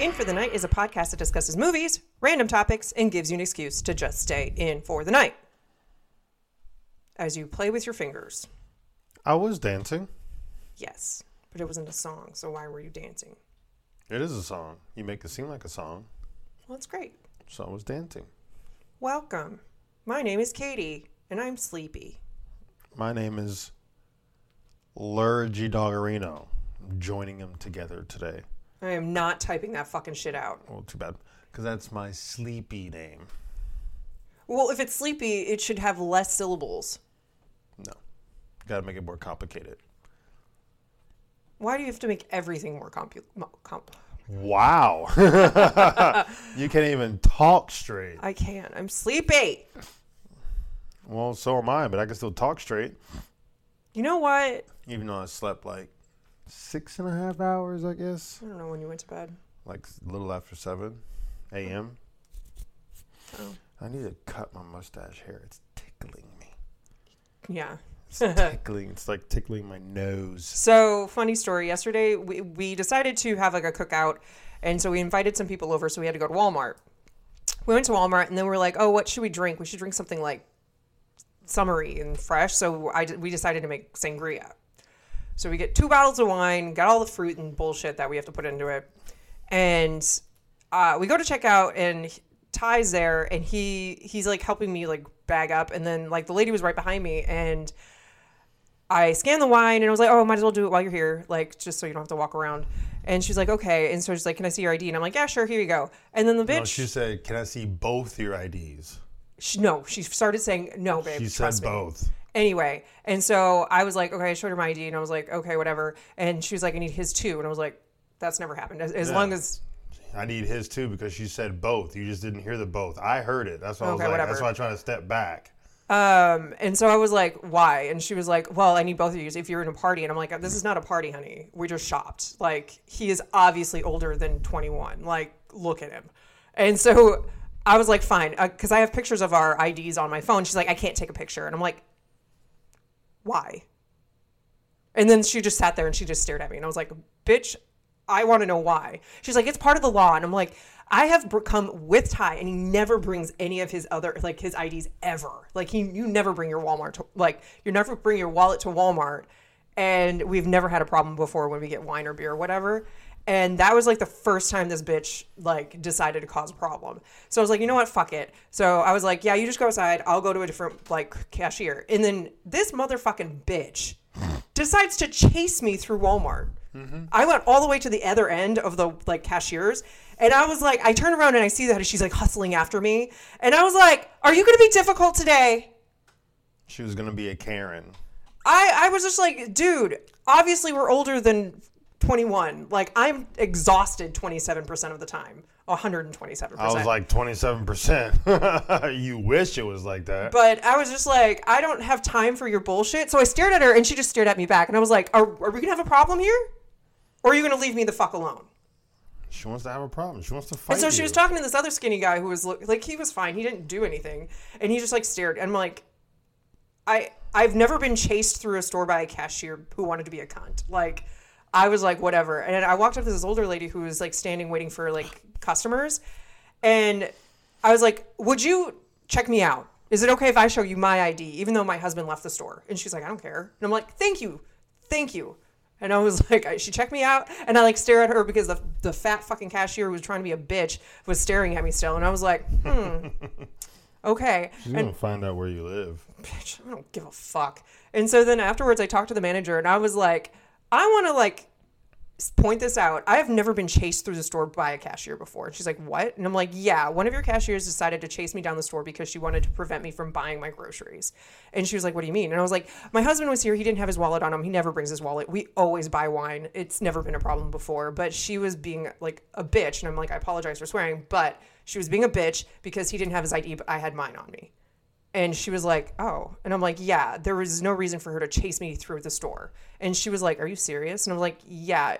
In for the Night is a podcast that discusses movies, random topics, and gives you an excuse to just stay in for the night. As you play with your fingers. I was dancing. Yes, but it wasn't a song, so why were you dancing? It is a song. You make it seem like a song. Well, that's great. So I was dancing. Welcome. My name is Katie, and I'm sleepy. My name is Lurgy Doggerino. I'm joining them together today. I am not typing that fucking shit out. Well, too bad. Because that's my sleepy name. Well, if it's sleepy, it should have less syllables. No. Gotta make it more complicated. Why do you have to make everything more compu- mo- comp? Wow. you can't even talk straight. I can't. I'm sleepy. Well, so am I, but I can still talk straight. You know what? Even though I slept like six and a half hours, I guess. I don't know when you went to bed. Like a little after 7 a.m. Oh. I need to cut my mustache hair. It's tickling me. Yeah. It's tickling. It's like tickling my nose. So, funny story. Yesterday, we, we decided to have like a cookout. And so we invited some people over. So we had to go to Walmart. We went to Walmart and then we were like, oh, what should we drink? We should drink something like summery and fresh. So I, d- we decided to make sangria. So we get two bottles of wine, got all the fruit and bullshit that we have to put into it. And uh, we go to check out and he- Ty's there and he he's like helping me like bag up and then like the lady was right behind me and I scanned the wine and I was like, oh, might as well do it while you're here, like just so you don't have to walk around. And she's like, okay. And so she's like, can I see your ID? And I'm like, yeah, sure, here you go. And then the bitch, No, she said, "Can I see both your IDs?" she, no, she started saying, no, babe, She trust said me. both. Anyway, and so I was like, okay, I showed her my ID, and I was like, okay, whatever. And she was like, I need his too, and I was like, that's never happened. As, as Yeah. long as I need his too because she said both. You just didn't hear the both. I heard it. That's why Okay, I was like. whatever. That's why I tried to step back. um, and so I was like, why? And she was like, well, I need both of you if you're in a party. And I'm like, this is not a party, honey. We just shopped. Like he is obviously older than 21. Like look at him. And so I was like, fine, because I have pictures of our IDs on my phone. She's like, I can't take a picture, and I'm like, why? And then she just sat there and she just stared at me. And I was like, bitch, I want to know why. She's like, it's part of the law. And I'm like, I have br- come with Ty and he never brings any of his other, like his IDs ever. Like he, you never bring your Walmart, to, like you never bring your wallet to Walmart. And we've never had a problem before when we get wine or beer or whatever. And that was like the first time this bitch like decided to cause a problem. So I was like, you know what, fuck it. So I was like, yeah, you just go outside. I'll go to a different like cashier. And then this motherfucking bitch decides to chase me through Walmart. I went all the way to the other end of the like cashiers, and I was like, I turn around and I see that she's like hustling after me, and I was like, Are you going to be difficult today? She was gonna be a Karen. I I was just like, dude, obviously we're older than 21. Like I'm exhausted 27% of the time, 127%. I was like 27%. you wish it was like that. but I was just like, I don't have time for your bullshit. So I stared at her and she just stared at me back. And I was like, Are, are we going to have a problem here? Or are you going to leave me the fuck alone? she wants to have a problem. She wants to fight. And so she you. was talking to this other skinny guy who was look- like, he was fine. He didn't do anything, and he just like stared. And I'm like, I I've never been chased through a store by a cashier who wanted to be a cunt. Like, I was like, whatever. And I walked up to this older lady who was like standing waiting for like customers, and I was like, would you check me out? Is it okay if I show you my ID, even though my husband left the store? And she's like, I don't care. And I'm like, thank you, thank you. And I was like, I, she checked me out, and I like stare at her because the, the fat fucking cashier who was trying to be a bitch was staring at me still, and I was like, hmm, okay. She's gonna find out where you live. Bitch, I don't give a fuck. And so then afterwards, I talked to the manager, and I was like, I want to like s- point this out. I have never been chased through the store by a cashier before. And she's like, what? And I'm like, yeah, one of your cashiers decided to chase me down the store because she wanted to prevent me from buying my groceries. And she was like, what do you mean? And I was like, my husband was here. He didn't have his wallet on him. He never brings his wallet. We always buy wine. It's never been a problem before. But she was being like a bitch. And I'm like, I apologize for swearing, but she was being a bitch because he didn't have his ID, but I had mine on me. And she was like, "Oh," and I'm like, "Yeah." There was no reason for her to chase me through the store. And she was like, "Are you serious?" And I'm like, "Yeah."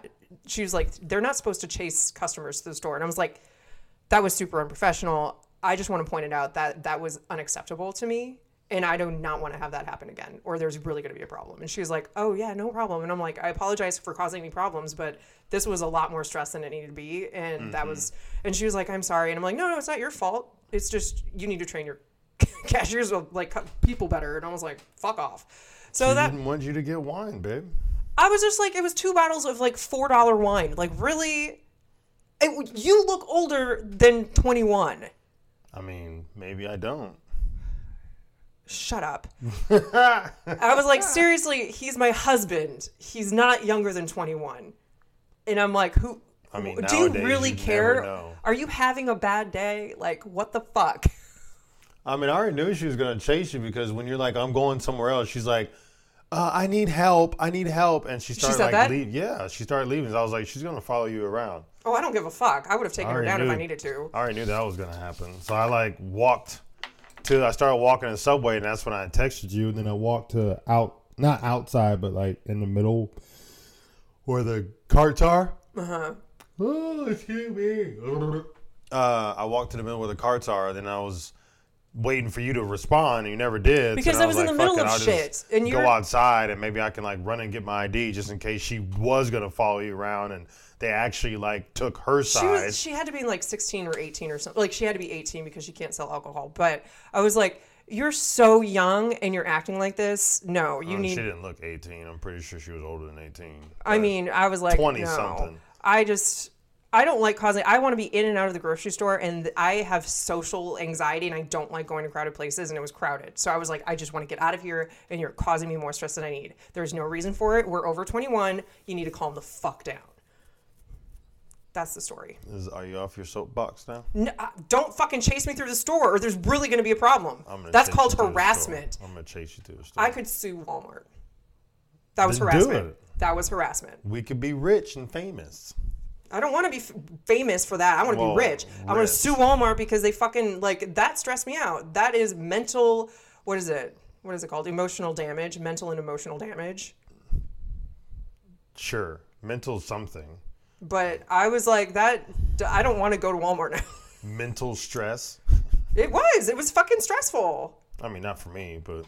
She was like, "They're not supposed to chase customers to the store." And I was like, "That was super unprofessional. I just want to point it out that that was unacceptable to me." and I do not want to have that happen again, or there's really going to be a problem. And she's like, Oh, yeah, no problem. And I'm like, I apologize for causing any problems, but this was a lot more stress than it needed to be. And that was, and she was like, I'm sorry. And I'm like, No, no, it's not your fault. It's just you need to train your cashiers to like cut people better. And I was like, Fuck off. So He that didn't want you to get wine, babe. I was just like, it was two bottles of like four dollar wine. Like really, it, you look older than twenty one. I mean, maybe I don't. Shut up. I was like, seriously, he's my husband. He's not younger than twenty one. And I'm like, who? I mean, do you nowadays really you never care? know. Are you having a bad day? Like, what the fuck? I mean, I already knew she was gonna chase you because when you're like, I'm going somewhere else, she's like, uh, I need help, I need help, and she started said like, that? leave. Yeah, she started leaving. So I was like, she's gonna follow you around. Oh, I don't give a fuck. I would have taken her already down if I knew. needed to. I already knew that was gonna happen. So I like walked to. I started walking in the subway, and that's when I texted you. And then I walked to out, not outside, but like in the middle where the carts are. Uh-huh. Oh, excuse me. Uh, I walked to the middle where the carts are. Then I was waiting for you to respond, and you never did. So Because then I was in the "Fuck middle it, of I'll just shit, and go you're- outside, and maybe I can like run and get my ID just in case she was gonna follow you around, and they actually like took her She, side. was, she had to be like 16 or 18 or something. Like she had to be 18 because she can't sell alcohol. But I was like, you're so young and you're acting like this. No, you I mean, need. she didn't look 18. I'm pretty sure she was older than 18. I mean, I was like, 20 no. something. I just, I don't like causing. I want to be in and out of the grocery store, and I have social anxiety, and I don't like going to crowded places. And it was crowded, so I was like, I just want to get out of here, and you're causing me more stress than I need. There's no reason for it. We're over 21. You need to calm the fuck down. That's the story. Is, are you off your soapbox now? N- uh, don't fucking chase me through the store, or there's really going to be a problem. I'm gonna That's chase called you through the store. harassment. I'm going to chase you through the store. I could sue Walmart. That was Then do harassment. it. That was harassment. we could be rich and famous. I don't want to be f- famous for that. I want to Well, be rich. I want rich. to sue Walmart because they fucking like that stressed me out. That is mental. What is it? What is it called? Emotional damage. Mental and emotional damage. Sure. Mental something. But I was like that. I don't want to go to Walmart now. Mental stress. it was. It was fucking stressful. I mean, not for me, but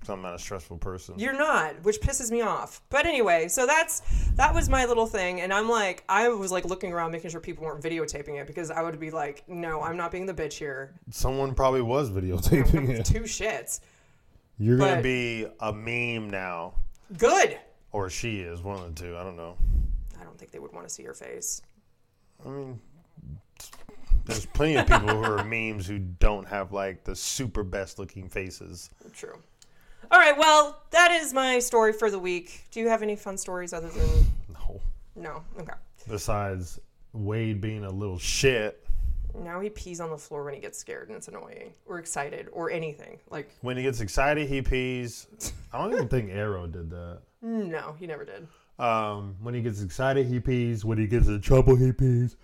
'cause I'm not a stressful person. You're not, which pisses me off. But anyway, so that's that was my little thing, and I'm like, I was like looking around, making sure people weren't videotaping it because I would be like, no, I'm not being the bitch here. Someone probably was videotaping it. Two shits. You're going But- to be a meme now. Good. Or she is, one of the two. I don't know. I don't think they would want to see your face. I mean, there's plenty of people who are memes who don't have like the super best looking faces. True. All right. Well, that is my story for the week. Do you have any fun stories other than No. no? Okay. Besides Wade being a little shit Now he pees on the floor when he gets scared, and it's annoying or excited or anything. Like when he gets excited, he pees. I don't even think Arrow did that. no, he never did. Um, when he gets excited, he pees. When he gets in trouble, he pees.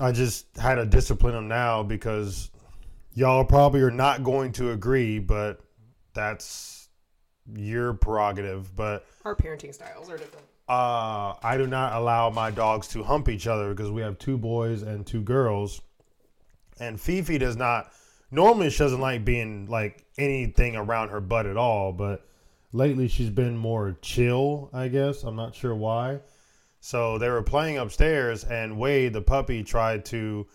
I just had to discipline him now because y'all probably are not going to agree, but that's your prerogative. But Our parenting styles are different. uh, I do not allow my dogs to hump each other because we have two boys and two girls. And Fifi does not normally she doesn't like being like anything around her butt at all, but lately she's been more chill, I guess. I'm not sure why. So they were playing upstairs and Wade the puppy tried to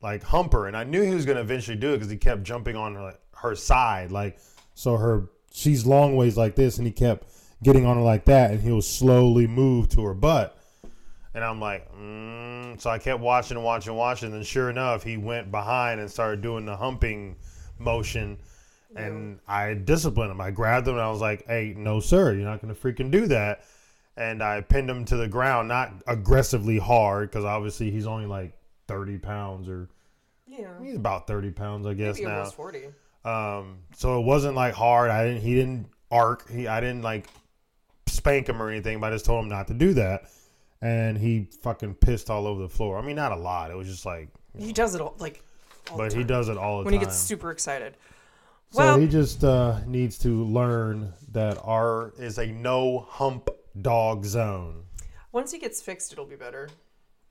like hump her and I knew he was gonna eventually do it because he kept jumping on her, her side like so her she's long ways like this and he kept getting on her like that and he'll slowly move to her butt and I'm like mm. so I kept watching and watching and watching and sure enough he went behind and started doing the humping motion and I disciplined him I grabbed him and I was like hey no sir you're not gonna freaking do that and I pinned him to the ground not aggressively hard because obviously he's only like 30 pounds or Yeah. he's about 30 pounds i guess Maybe now almost forty. um so it wasn't like hard i didn't he didn't arc he i didn't like spank him or anything but i just told him not to do that and he fucking pissed all over the floor i mean not a lot it was just like He does it all like all the but time. he does it all the when he time gets super excited. so well, he just uh needs to learn that r is a no hump dog zone once he gets fixed, it'll be better.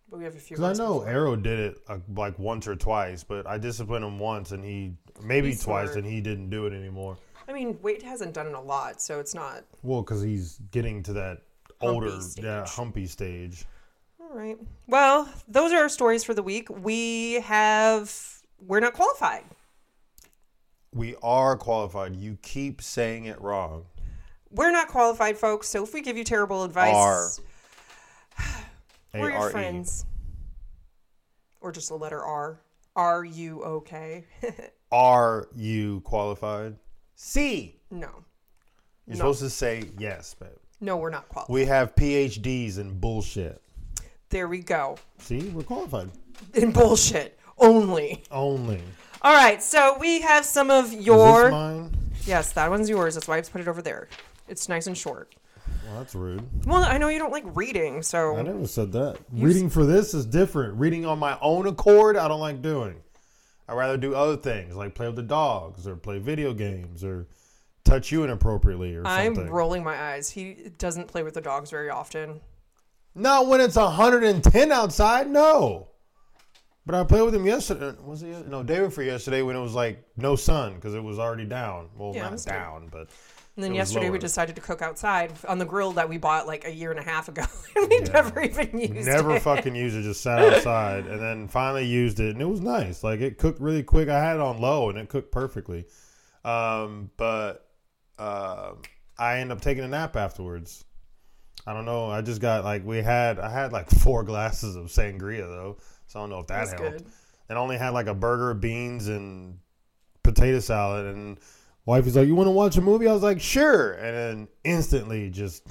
but we have a few. Because I months know before. Arrow did it uh, like once or twice, but I disciplined him once, and he maybe He's twice, smart. and he didn't do it anymore. I mean, Wade hasn't done it a lot, so it's not. Well, because he's getting to that older, Humpy yeah, stage. humpy stage. All right. Well, those are our stories for the week. We have. We're not qualified. We are qualified. You keep saying it wrong. We're not qualified, folks. So if we give you terrible advice, Are. we're your A-R-E. friends. Or just the letter R. Are you okay? Are you qualified? C. no. No. You're supposed to say yes, babe. No, we're not qualified. We have PhDs in bullshit. there we go. See, we're qualified In bullshit only. only. All right. So we have some of Is this your. mine? Yes, that one's yours. That's why I've put it over there. It's nice and short. Well, that's rude. Well, I know you don't like reading, I so never said that. Reading for this is different. Reading on my own accord, I don't like doing. I'd rather do other things like play with the dogs or play video games or touch you inappropriately or I'm something. rolling my eyes. He doesn't play with the dogs very often. Not when it's 110 outside, no. But I played with him yesterday. Was it yes- no day before yesterday when it was like no sun because it was already down. Well, Yeah, it not was good. down, but And then It was yesterday lower. we decided to cook outside on the grill that we bought like a year and a half ago, and we never even used never it. fucking used it. Just sat outside and then finally used it, and it was nice. Like it cooked really quick. I had it on low, and it cooked perfectly. Um, but um I ended up taking a nap afterwards. I don't know. I just got like we had. I had like four glasses of sangria though, so I don't know if that That's helped. good. And only had like a burger, beans, and potato salad. And wife was like, "You want to watch a movie?" I was like, "Sure." And then instantly just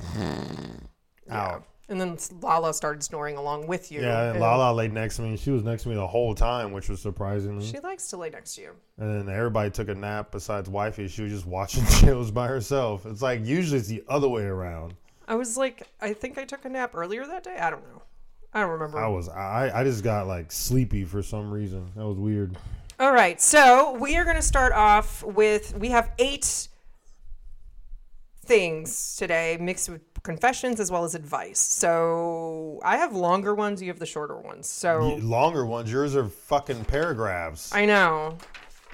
out. And then Lala started snoring along with you. Yeah, and Lala laid next to me. She was next to me the whole time, which was surprisingly. She likes to lay next to you. and then everybody took a nap besides wifey. She was just watching shows by herself. It's like usually it's the other way around. I was like, I think I took a nap earlier that day. I don't know. I don't remember. I was I I just got like sleepy for some reason. That was weird. All right, so we are going to start off with we have eight things today, mixed with confessions as well as advice. So I have longer ones, you have the shorter ones. So You- Longer ones. Yours are fucking paragraphs. Oh. I know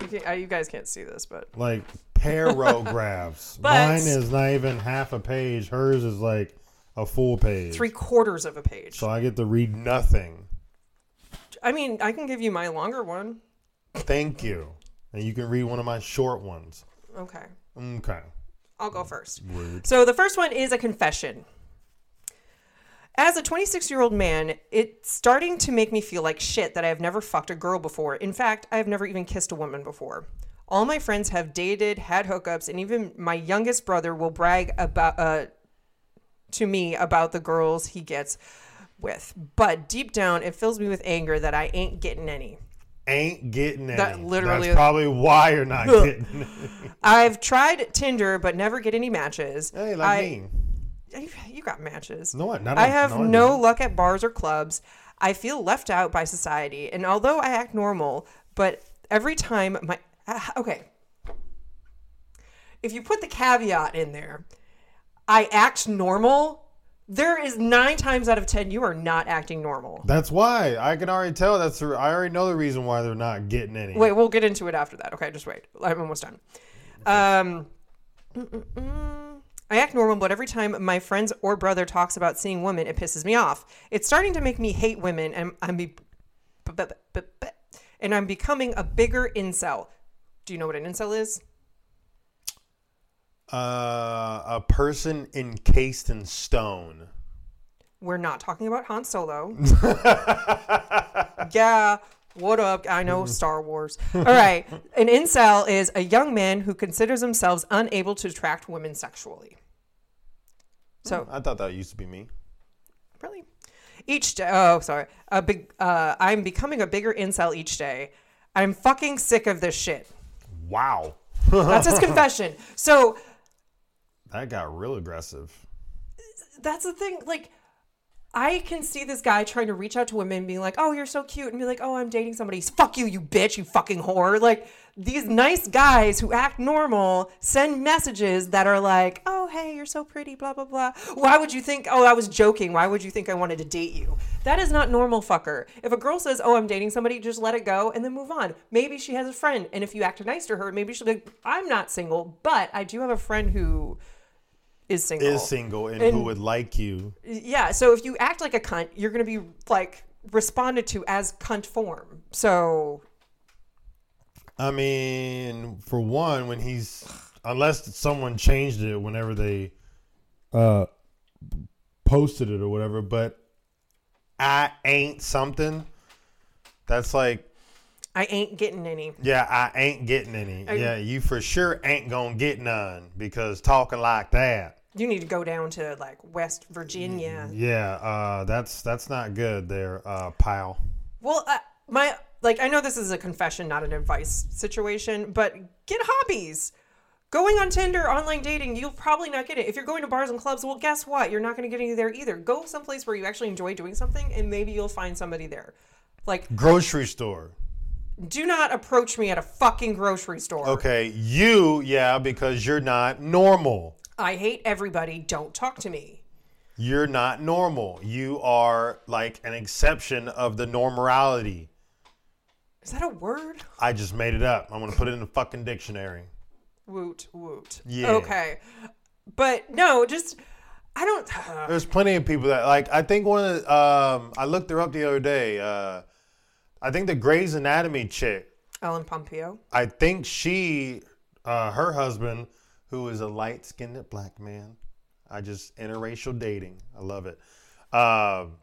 you, can, uh, you guys can't see this, but like paragraphs. But- Mine is not even half a page. Hers is like a full page. three quarters of a page. So I get to read nothing. I mean, I can give you my longer one. Thank you. And you can read one of my short ones. Okay, Okay. I'll go first. Rude. So the first one is a confession. As a 26 year old man, it's starting to make me feel like shit that I have never fucked a girl before. In fact, I have never even kissed a woman before. All my friends have dated, had hookups, and even my youngest brother will brag about uh, to me about the girls he gets with. But deep down, it fills me with anger that I ain't getting any. ain't getting any. That literally- That's probably why you're not getting. Any. I've tried Tinder, but never get any matches. Hey, like I- me. You got matches. No, I- not I on- have no, I no, luck at bars or clubs. I feel left out by society, and although I act normal, but every time my ah, okay, if you put the caveat in there, I act normal. There is nine times out of ten you are not acting normal. That's why I can already tell. That's the, I already know the reason why they're not getting any. Wait, we'll get into it after that. Okay, just wait. I'm almost done. Um, mm-mm-mm. I act normal, but every time my friends or brother talks about seeing women, it pisses me off. It's starting to make me hate women, and I'm be, b- b- b- b- and I'm becoming a bigger incel. Do you know what an incel is? Uh, a person encased in stone. We're not talking about Han Solo. yeah, what up? I know Star Wars. All right. An incel is a young man who considers themselves unable to attract women sexually. So, I thought that used to be me. really? Each day, oh, sorry. A big, uh, I'm becoming a bigger incel each day. I'm fucking sick of this shit. Wow, That's his confession. So, that got real aggressive. that's the thing. Like, I can see this guy trying to reach out to women and being like, oh, you're so cute. And be like, oh, I'm dating somebody. Fuck you, you bitch, you fucking whore. Like, these nice guys who act normal send messages that are like, oh, hey, you're so pretty, blah, blah, blah. Why would you think, oh, I was joking. Why would you think I wanted to date you? That is not normal, fucker. If a girl says, oh, I'm dating somebody, just let it go and then move on. Maybe she has a friend. And if you act nice to her, maybe she'll be like, I'm not single, but I do have a friend who is single. Is single and, who would like you? Yeah, so if you act like a cunt, you're going to be like responded to as cunt form. So I mean, for one, when he's unless someone changed it whenever they uh posted it or whatever, but I ain't something. That's like, I ain't getting any. yeah, I ain't getting any. yeah, you for sure ain't gonna get none because talking like that. You need to go down to like West Virginia. Yeah, uh, that's that's not good there, uh, pal. Well, uh, my like I know this is a confession, not an advice situation, but get hobbies. Going on Tinder, online dating, you'll probably not get it. If you're going to bars and clubs, well, guess what? You're not going to get any there either. Go someplace where you actually enjoy doing something, and maybe you'll find somebody there. Like, Grocery store. do not approach me at a fucking grocery store. Okay, you, yeah, because you're not normal. I hate everybody. Don't talk to me. You're not normal. You are like an exception of the normality. Is that a word? I just made it up. I'm gonna put it in the fucking dictionary. Woot woot. Yeah. Okay. But no, just I don't. There's plenty of people that like. I think one of the, um, I looked her up the other day. Uh, I think the Grey's Anatomy chick. Ellen Pompeo. I think she, uh, her husband, who is a light-skinned black man. I just interracial dating. I love it. Um,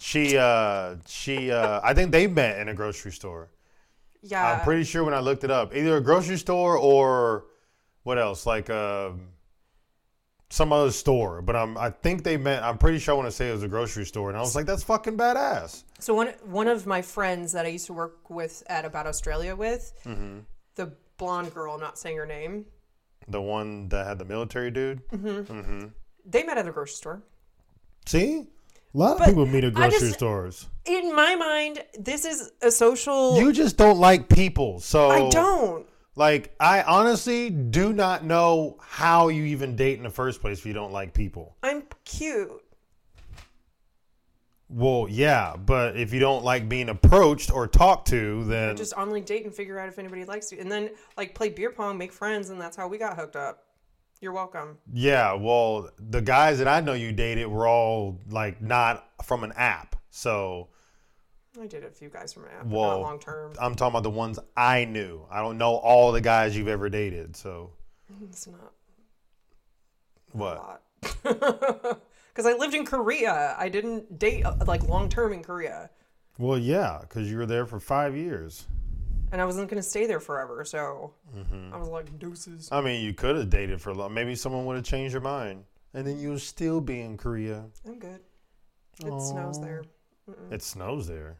she, uh, she. Uh, I think they met in a grocery store. Yeah. I'm pretty sure when I looked it up, either a grocery store or what else, like um some other store. But I'm, I think they meant. I'm pretty sure I want to say it was a grocery store, and I was like, that's fucking badass. so one one of my friends that I used to work with at About Australia with, Mm-hmm. the blonde girl, not saying her name, The one that had the military dude. they met at a grocery store. See, a lot But of people meet at I grocery just- stores. In my mind, this is a social. You just don't like people, so I don't. Like, I honestly do not know how you even date in the first place if you don't like people. I'm cute. Well, yeah, but if you don't like being approached or talked to, then Just online date and figure out if anybody likes you, and then like play beer pong, make friends, and that's how we got hooked up. You're welcome. Yeah, well, the guys that I know you dated were all like not from an app. So I did a few guys from my app, but Whoa. not long term. I'm talking about the ones I knew. I don't know all the guys you've ever dated. So It's not what? Because I lived in Korea. I didn't date uh, like long term in Korea. Well, yeah, because you were there for five years. And I wasn't going to stay there forever. So Mm-hmm. I was like, doses. I mean, you could have dated for a long. Maybe someone would have changed your mind, and then you would still be in Korea. I'm good. It snows there. Mm-hmm. It snows there.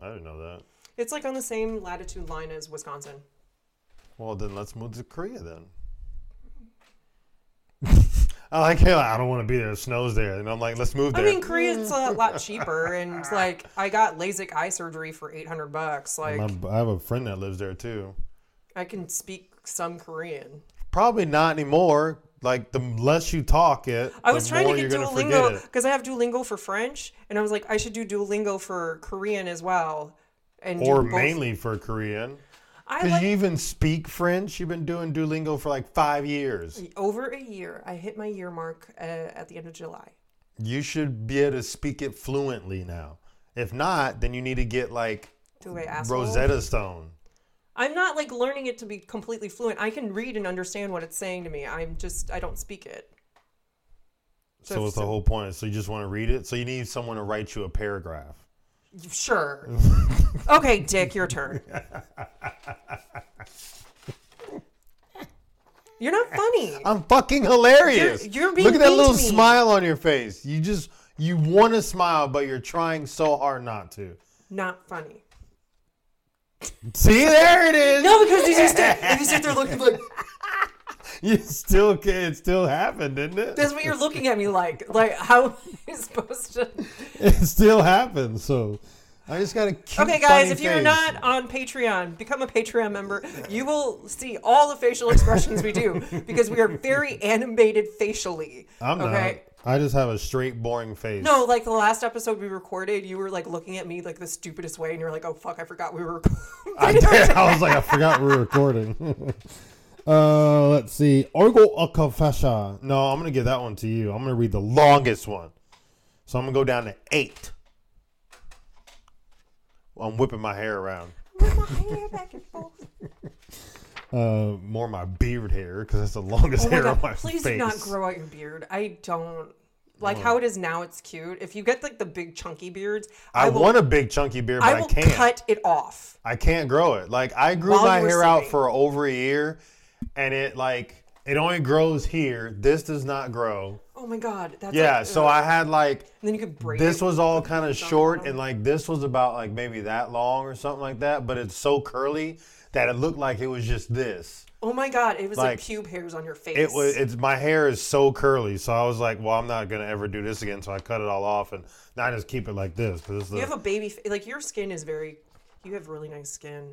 I didn't know that. It's like on the same latitude line as Wisconsin. Well, then let's move to Korea then. I like how I don't want to be there. It snows there, and I'm like, let's move Mm-hmm. I there. mean, Korea's a lot cheaper. And like, I got LASIK eye surgery for 800 bucks. Like, My, I have a friend that lives there too. I can speak some Korean. Probably not anymore. Like the less you talk it, I was the trying to more get you're gonna forget Duolingo it. because I have Duolingo for French. And I was like, I should do Duolingo for Korean as well. And do Or both. mainly for Korean. I Because like you even speak French. You've been doing Duolingo for like five years. over a year. I hit my year mark uh, at the end of July. You should be able to speak it fluently now. If not, then you need to get like Do I ask? Rosetta Stone. I'm not like learning it to be completely fluent. I can read and understand what it's saying to me. I'm just I don't speak it. So, So- what's the whole point? So you just want to read it? So you need someone to write you a paragraph. Sure. okay, Dick, your turn. You're not funny. I'm fucking hilarious. You're- you're being Look at that mean to little me. smile on your face. You just you want to smile, but you're trying so hard not to. Not funny. See, there it is. No, because if you sit, if you sit there looking like You still can. It still happened, didn't it? That's what you're looking at me like. Like, how am I supposed to? it still happened. So I just gotta. Keep Okay, guys, funny if you're face. not on Patreon, become a Patreon member. You will see all the facial expressions we do because we are very animated facially. I'm okay? not. I just have a straight, boring face. No, like the last episode we recorded, you were like looking at me like the stupidest way, and you're like, "Oh fuck, I forgot we were." I did. I was like, I forgot we were recording. uh, let's see. Orgo Akafasha. No, I'm gonna give that one to you. I'm gonna read the longest one. So I'm gonna go down to eight. I'm whipping my hair around. Uh, more my beard hair because that's the longest Oh my hair on God, my please face. do not grow out your beard. I don't like how it is now. It's cute. If you get like the big chunky beards, I, I, will. want a big chunky beard, but I I, will can't. cut it off. I can't grow it. Like I grew While my you were hair out sleeping. for over a year, and it like it only grows here. This does not grow. Oh my god, that's Yeah, like, so ugh. I had like And then you could braid this it. was all kind of short and like this was about like maybe that long or something like that, but it's so curly that it looked like it was just this. Oh my god, it was like, like, pube hairs on your face. It was it's my hair is so curly, so I was like, well, I'm not gonna ever do this again, so I cut it all off and now I just keep it like this because You the have a baby. Fa- like your skin is very. You have really nice skin.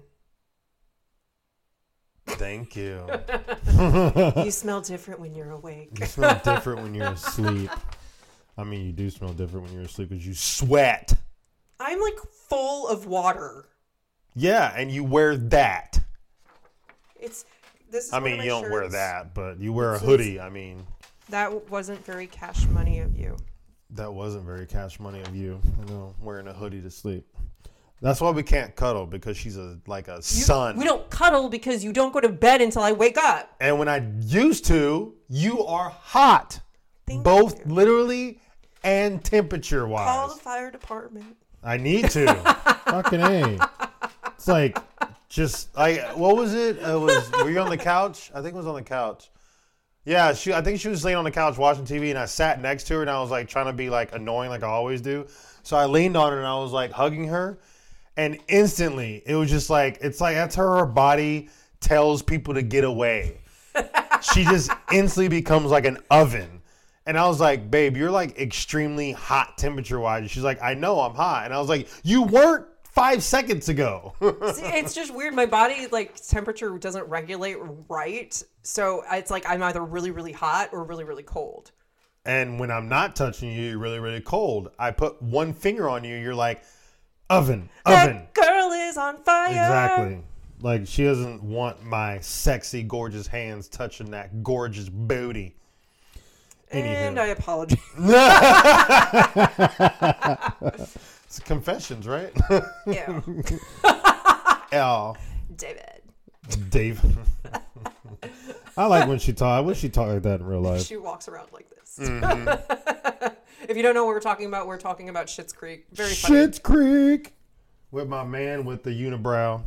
thank you. you smell different when you're awake. You smell different when you're asleep. I mean, you do smell different when you're asleep because you sweat. I'm like full of water. Yeah, and you wear that. It's this. Is I one of mean, my you don't wear shirts. that, but you wear a It's- hoodie. I mean, That wasn't very cash money of you. That wasn't very cash money of you, you know, wearing a hoodie to sleep. That's why we can't cuddle because she's a like a You- son. We don't cuddle because you don't go to bed until I wake up. and when I used to, you are hot, Thank both you. literally and temperature Call wise. the fire department. I need to. Fucking a. It's like just I. What was it? It was. Were you on the couch? I think it was on the couch. Yeah, she. I think she was laying on the couch watching TV, and I sat next to her, and I was like trying to be like annoying, like I always do. So I leaned on her, and I was like hugging her, and instantly it was just like it's like that's how her body tells people to get away. she just instantly becomes like an oven. And I was like, babe, you're like extremely hot temperature wise. She's like, I know I'm hot. And I was like, you weren't five seconds ago. See, it's just weird. My body like temperature doesn't regulate right, so it's like I'm either really really hot or really really cold. and when I'm not touching you, you're really, really cold. I put one finger on you, you're like, oven, oven. That girl is on fire. Exactly. Like, she doesn't want my sexy, gorgeous hands touching that gorgeous booty. And I apologize. It's confessions, right? Ew. L. David. Dave. I like when she talk. I wish she talked like that in real life. She walks around like this. Mm-hmm. if you don't know what we're talking about, we're talking about Shit's Creek. Very funny. Shit's Creek with my man with the unibrow.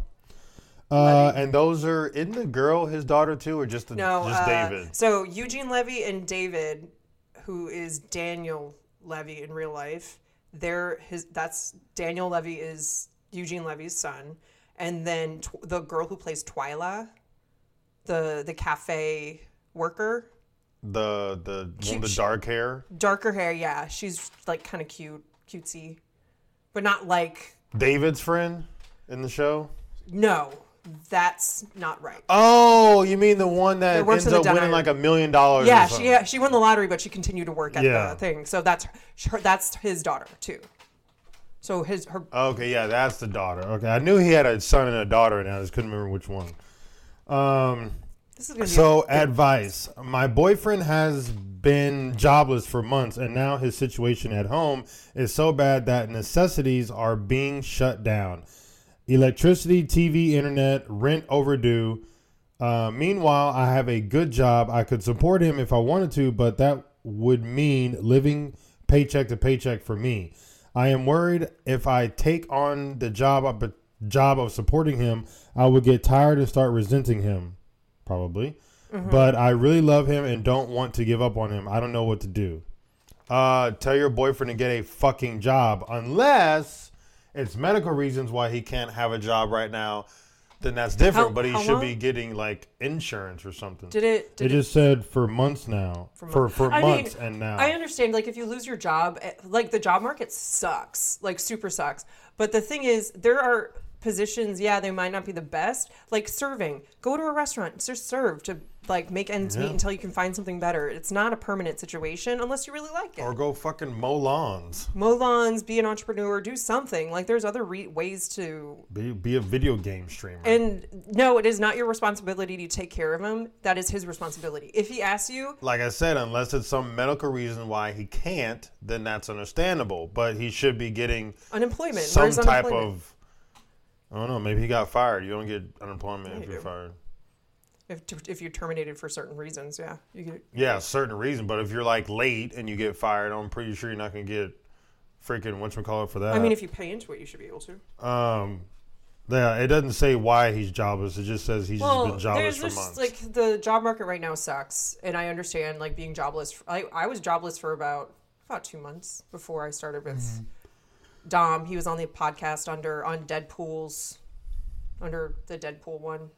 Uh, and those are in the girl, his daughter too, or just the, No, just uh, David. So Eugene Levy and David, who is Daniel Levy in real life, they're his. That's Daniel Levy is Eugene Levy's son, and then tw- the girl who plays Twyla, the the cafe worker, The the one with Cute the dark hair, darker hair. Yeah, she's like kind of cute, cutesy, but not like David's friend in the show. no. That's not right. Oh, you mean the one that That works ends in the up winning diner. like a million dollars? Yeah, or something. she she won the lottery, but she continued to work at Yeah. the thing. So that's her, that's his daughter too. So his her Okay, yeah, that's the daughter. Okay, I knew he had a son and a daughter, and I just couldn't remember which one. Um, this is gonna be So, advice. My boyfriend has been jobless for months, and now his situation at home is so bad that necessities are being shut down electricity, TV, internet, rent overdue. Uh, meanwhile, I have a good job. I could support him if I wanted to, but that would mean living paycheck to paycheck for me. I am worried if I take on the job of, job of supporting him, I would get tired and start resenting him, probably. Mm-hmm. But I really love him and don't want to give up on him. I don't know what to do. Uh, tell your boyfriend to get a fucking job unless it's medical reasons why he can't have a job right now. then that's different. How- but he how should long? be getting like insurance or something. Did it? They Did it, just said for months now, for for, I mean, months and now. I understand, like, if you lose your job, eh, like, the job market sucks, like, super sucks. But the thing is, there are positions, yeah, they might not be the best, like serving. Go to a restaurant, just serve to, like, make ends Yeah. meet until you can find something better. It's not a permanent situation unless you really like it. or go fucking mow lawns. Mow lawns, be an entrepreneur, do something. Like, there's other re- ways to. Be, be a video game streamer. And no, it is not your responsibility to take care of him. That is his responsibility. If he asks you, like I said, unless it's some medical reason why he can't, then that's understandable. But he should be getting unemployment, some where's type unemployment? of. I don't know. Maybe he got fired. You don't get unemployment if you you're do. fired. If, if you're terminated for certain reasons, yeah, you get Yeah, a certain reason. But if you're like late and you get fired, I'm pretty sure you're not gonna get freaking what you call it for that. I mean, if you pay into it, you should be able to. um, yeah, it doesn't say why he's jobless. It just says he's just Well, been jobless there's for just months. like the job market right now sucks, and I understand like being jobless. I, I was jobless for about about two months before I started with Mm-hmm. Dom. He was on the podcast under on Deadpool's under the Deadpool one.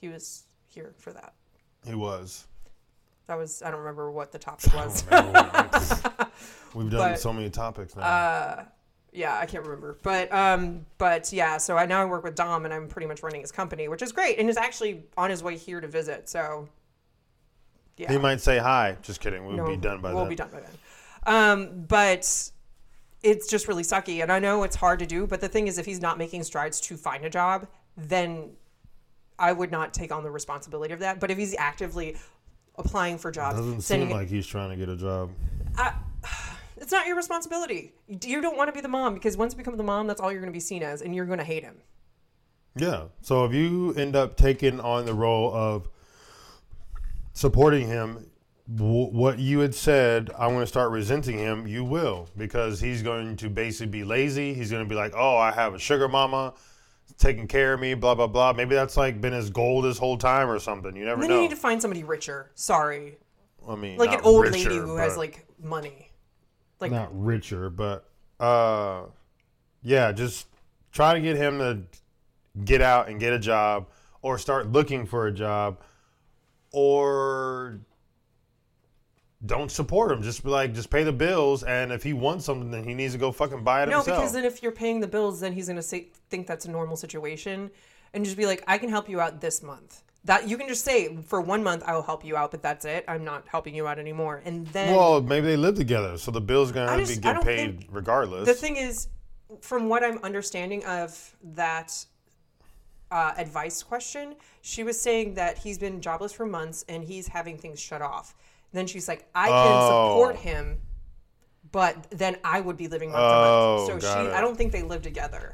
He was here for that. he was. That was I don't remember what the topic was. We've done But, uh, so many topics now. yeah, I can't remember. But um, but yeah, so I now I work with Dom, and I'm pretty much running his company, which is great, and is actually on his way here to visit. So yeah, he might say hi. Just kidding. We'll No, be done by we'll then. be done by then. Um, but it's just really sucky, and I know it's hard to do. But the thing is, if he's not making strides to find a job, then I would not take on the responsibility of that. But if he's actively applying for jobs, Doesn't sending seem like he's trying to get a job. it's not your responsibility. You don't want to be the mom because once you become the mom, that's all you're going to be seen as, and you're going to hate him. Yeah. So if you end up taking on the role of supporting him, w- what you had said, I'm going to start resenting him, you will, because he's going to basically be lazy. He's going to be like, oh, I have a sugar mama taking care of me, blah, blah, blah. Maybe that's like been his goal this whole time or something. You never Then know. you need to find somebody richer. Sorry, I mean, like an not old richer, lady who has but- like money. not richer, but uh, yeah, just try to get him to get out and get a job, or start looking for a job, or don't support him. Just be like, just pay the bills, and if he wants something, then he needs to go fucking buy it No, himself. because then if you're paying the bills, then he's gonna say, think that's a normal situation, and just be like, "I can help you out this month." That you can just say for one month, I will help you out, but that's it. I'm not helping you out anymore. And then well, maybe they live together, so the bills gonna I have to just- be I get don't paid think- regardless. the thing is, from what I'm understanding of that uh, advice question, she was saying that he's been jobless for months and he's having things shut off. Then she's like, "I can Oh. support him." But then I would be living month Oh, to month. So got she, it. I don't think they live together.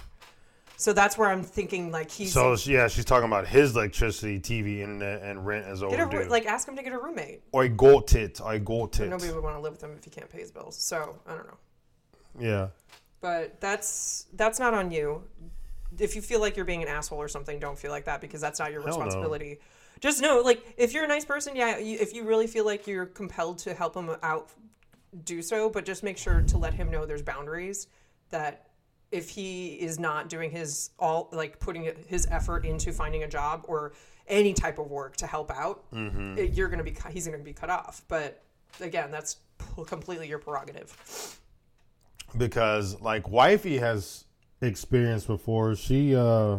So that's where I'm thinking, like he's so yeah, she's talking about his electricity, TV, internet, and rent as Get a overdue. roo- like ask him to get a roommate. I got it. I got it. Nobody would want to live with him if he can't pay his bills. So I don't know, Yeah. but that's that's not on you. If you feel like you're being an asshole or something, don't feel like that because that's not your Hell no. responsibility. Just know, like if you're a nice person, yeah. You, if you really feel like you're compelled to help him out, do so. But just make sure to let him know there's boundaries. That if he is not doing his all, like putting his effort into finding a job or any type of work to help out, Mm-hmm. it- you're gonna be cu- he's gonna be cut off. But again, that's p- completely your prerogative. because like wifey has experienced before she uh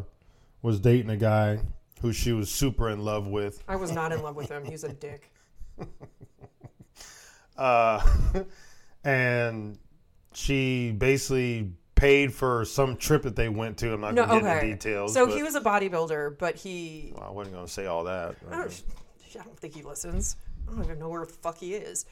was dating a guy who she was super in love with I was not in love with him. He's a dick. uh and she basically paid for some trip that they went to i'm not No, gonna get okay. into details so but he was a bodybuilder, but he i wasn't gonna say all that I don't, I don't think he listens. I don't even know where the fuck he is.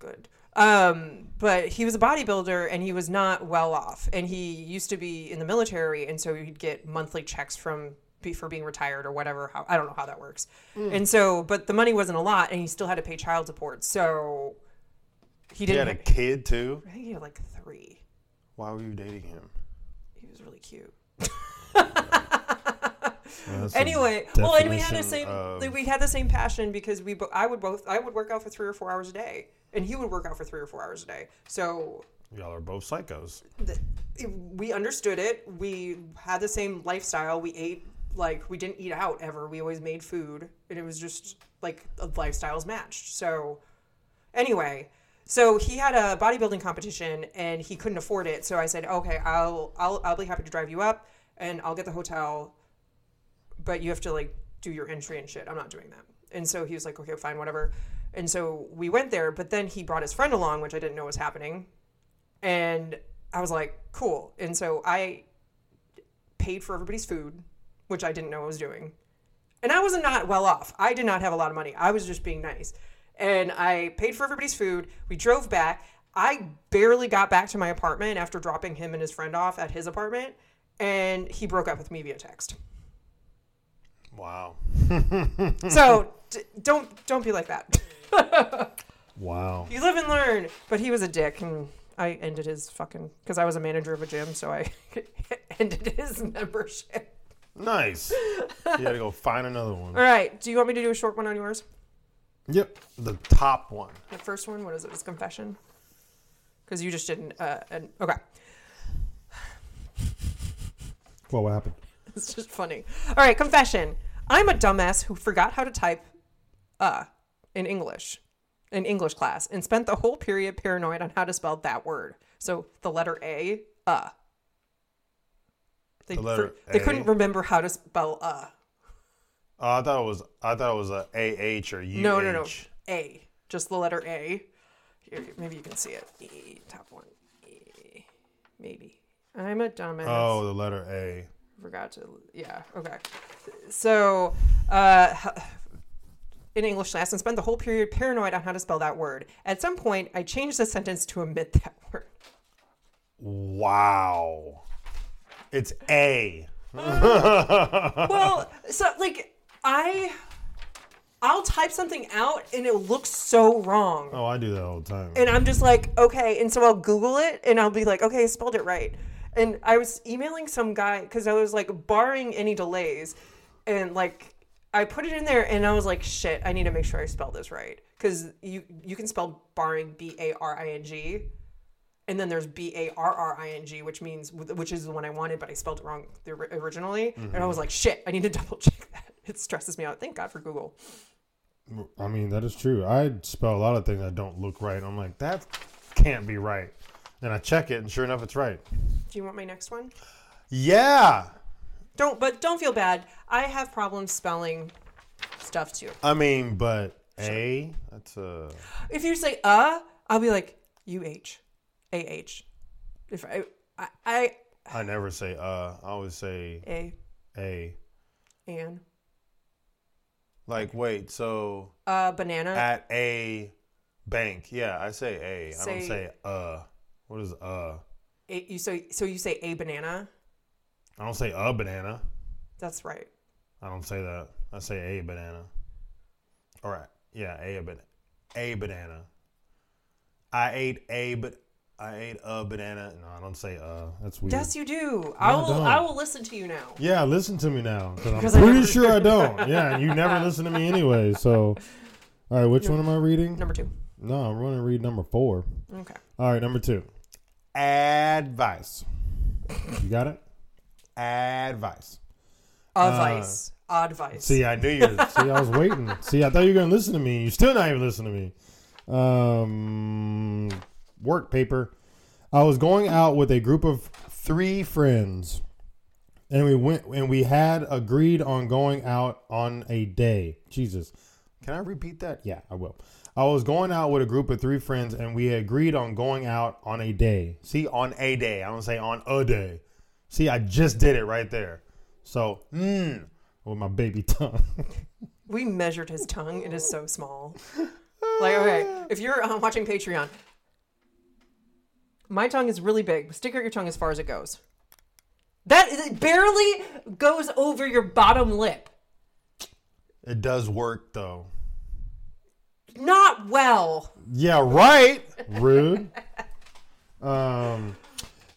Good. Um, but he was a bodybuilder and he was not well off. And he used to be in the military, and so he'd get monthly checks from be- for being retired or whatever. How, I don't know how that works. And so, but the money wasn't a lot, and he still had to pay child support. So he he didn't. had a kid too I think he had like three. why were you dating him He was really cute. That's a anyway, well, and we had the definition same of- like, we had the same passion because we bo- I would both I would work out for three or four hours a day, and he would work out for three or four hours a day. So y'all are both psychos th- we understood it. We had the same lifestyle. We ate Like we didn't eat out ever. We always made food, and it was just like lifestyles matched. So anyway, so he had a bodybuilding competition and he couldn't afford it. So I said, okay, I'll I'll I'll be happy to drive you up, and I'll get the hotel, but you have to like do your entry and shit. I'm not doing that. And so he was like, okay, fine, whatever. And so we went there, but then he brought his friend along, which I didn't know was happening. And I was like, cool. And so I paid for everybody's food, which I didn't know I was doing. And I was not well off. I did not have a lot of money. I was just being nice. And I paid for everybody's food. We drove back. I barely got back to my apartment after dropping him and his friend off at his apartment. And he broke up with me via text. Wow. So d- don't don't be like that. Wow. You live and learn. But he was a dick, and I ended his fucking because I was a manager of a gym, so I ended his membership. Nice. You gotta go find another All one. right, do you want me to do a short one on yours? Yep. The top one. The first one, what is it? It's confession. Because you just didn't. Uh, an, okay, Well, what happened? it's just funny. All right, confession. I'm a dumbass who forgot how to type "uh" in English, in English class, and spent the whole period paranoid on how to spell that word. So the letter A, "uh." They, The letter they A? couldn't remember how to spell "uh." Oh, I thought it was I thought it was a A H or U. No, no, no. A. Just the letter A. Here, maybe you can see it. E, top one. E, maybe. I'm a dumbass. Oh, the letter A. Forgot to. Yeah. Okay. So, uh, in English class, and spent the whole period paranoid on how to spell that word. At some point, I changed the sentence to omit that word. Wow. It's A. Well, so like I, I'll type something out and it looks so wrong. Oh, I do that all the time. and I'm just like, okay. And so I'll Google it and I'll be like, okay, I spelled it right. And I was emailing some guy because I was like, barring any delays, and like I put it in there and I was like, shit, I need to make sure I spell this right because you you can spell barring b a r i n g, and then there's b a r r i n g, which means which is the one I wanted, but I spelled it wrong the- originally, and I was like, shit, I need to double check that. It stresses me out. Thank God for Google. I mean, that is true. I spell a lot of things that don't look right. I'm like, that can't be right. Then I check it, and sure enough, it's right. Do you want my next one? Yeah. Don't, but don't feel bad. I have problems spelling stuff too. I mean, but A, that's a. If you say uh, I'll be like U H, A H. If I, I, I I never say uh. I always say A, A. an, Like, wait, so uh, banana. at a bank. Yeah, I say a. I Say- don't say uh. What is uh? A, you so so you say a banana. I don't say a banana. That's right. I don't say that. I say a banana. All right. Yeah, a banana. A banana. I ate a but I ate a banana. No, I don't say uh. That's weird. Yes, you do. I will. don't. I will listen to you now. yeah, listen to me now. 'cause I'm 'Cause I pretty never- sure I don't. Yeah, and you never listen to me anyway. So, all right, which one am I reading? Number two. No, I'm going to read number four. Okay. All right, number two. Advice. You got it? Advice. Advice. Advice. See, I knew you. See, I was waiting. See, I thought you were going to listen to me. You're still not even listening to me. Um, work paper. I was going out with a group of three friends, and we went and we had agreed on going out on a day. Jesus, can I repeat that? Yeah, I will. I was going out with a group of three friends, and we agreed on going out on a day. See, on a day. I don't say on a day. See, I just did it right there. So, mmm, with my baby tongue. We measured his tongue. It is so small. Like, okay, if you're uh, watching Patreon, my tongue is really big. Stick out your tongue as far as it goes. That it barely goes over your bottom lip. it does work though. Not well. Yeah, right. Rude. Um,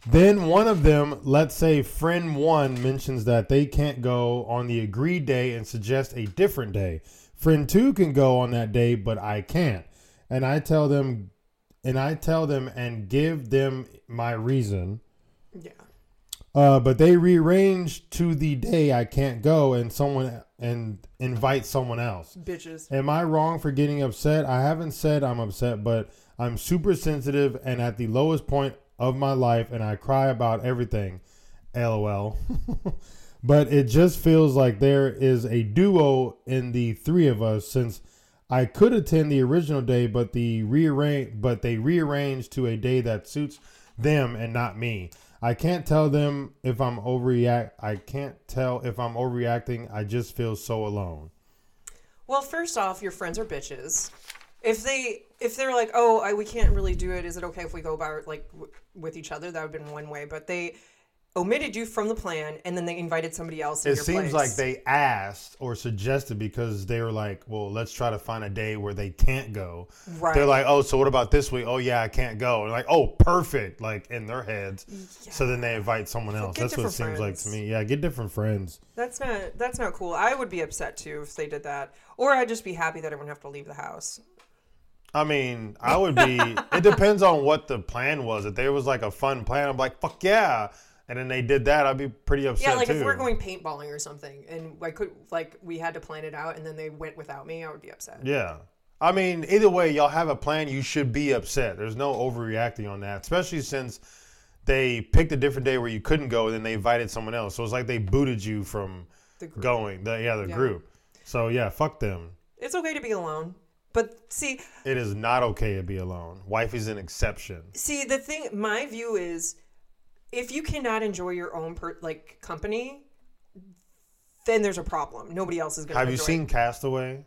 then one of them, let's say friend one, mentions that they can't go on the agreed day and suggests a different day. Friend two can go on that day, but I can't. And I tell them, and I tell them, and give them my reason. Yeah. Uh, but they rearranged to the day I can't go, and someone and invite someone else. Bitches. Am I wrong for getting upset? I haven't said I'm upset, but I'm super sensitive and at the lowest point of my life, and I cry about everything. LOL. but it just feels like there is a duo in the three of us since I could attend the original day, but the rearrange, but they rearranged to a day that suits them and not me. I can't tell them if I'm overreact. I can't tell if I'm overreacting. I just feel so alone. Well, first off, your friends are bitches. If they if they're like, oh, I, we can't really do it. Is it okay if we go about like w- with each other? That would have been one way. But they omitted you from the plan, and then they invited somebody else. In It your seems place. like they asked or suggested because they were like, "Well, let's try to find a day where they can't go." Right. They're like, "Oh, so what about this week? Oh, yeah, I can't go." And like, "Oh, perfect!" Like in their heads. So then they invite someone else. get That's what it different seems like to friends. me. Yeah, get different friends. That's not that's not cool. I would be upset too if they did that, or I'd just be happy that I wouldn't have to leave the house. I mean, I would be. it depends on what the plan was. If there was like a fun plan, I'm like, "Fuck yeah!" And then they did that, I'd be pretty upset Yeah, like too. if we're going paintballing or something, and I could like we had to plan it out, and then they went without me, I would be upset. Yeah. I mean, either way, y'all have a plan. You should be upset. There's no overreacting on that, especially since they picked a different day where you couldn't go, and then they invited someone else. So it's like they booted you from The group. going. The, yeah, the group. So yeah, fuck them. It's okay to be alone, but see, It is not okay to be alone. Wife is an exception. see the thing. My view is, if you cannot enjoy your own per, like company, then there's a problem. Nobody else is gonna. Have you enjoy it. seen Castaway?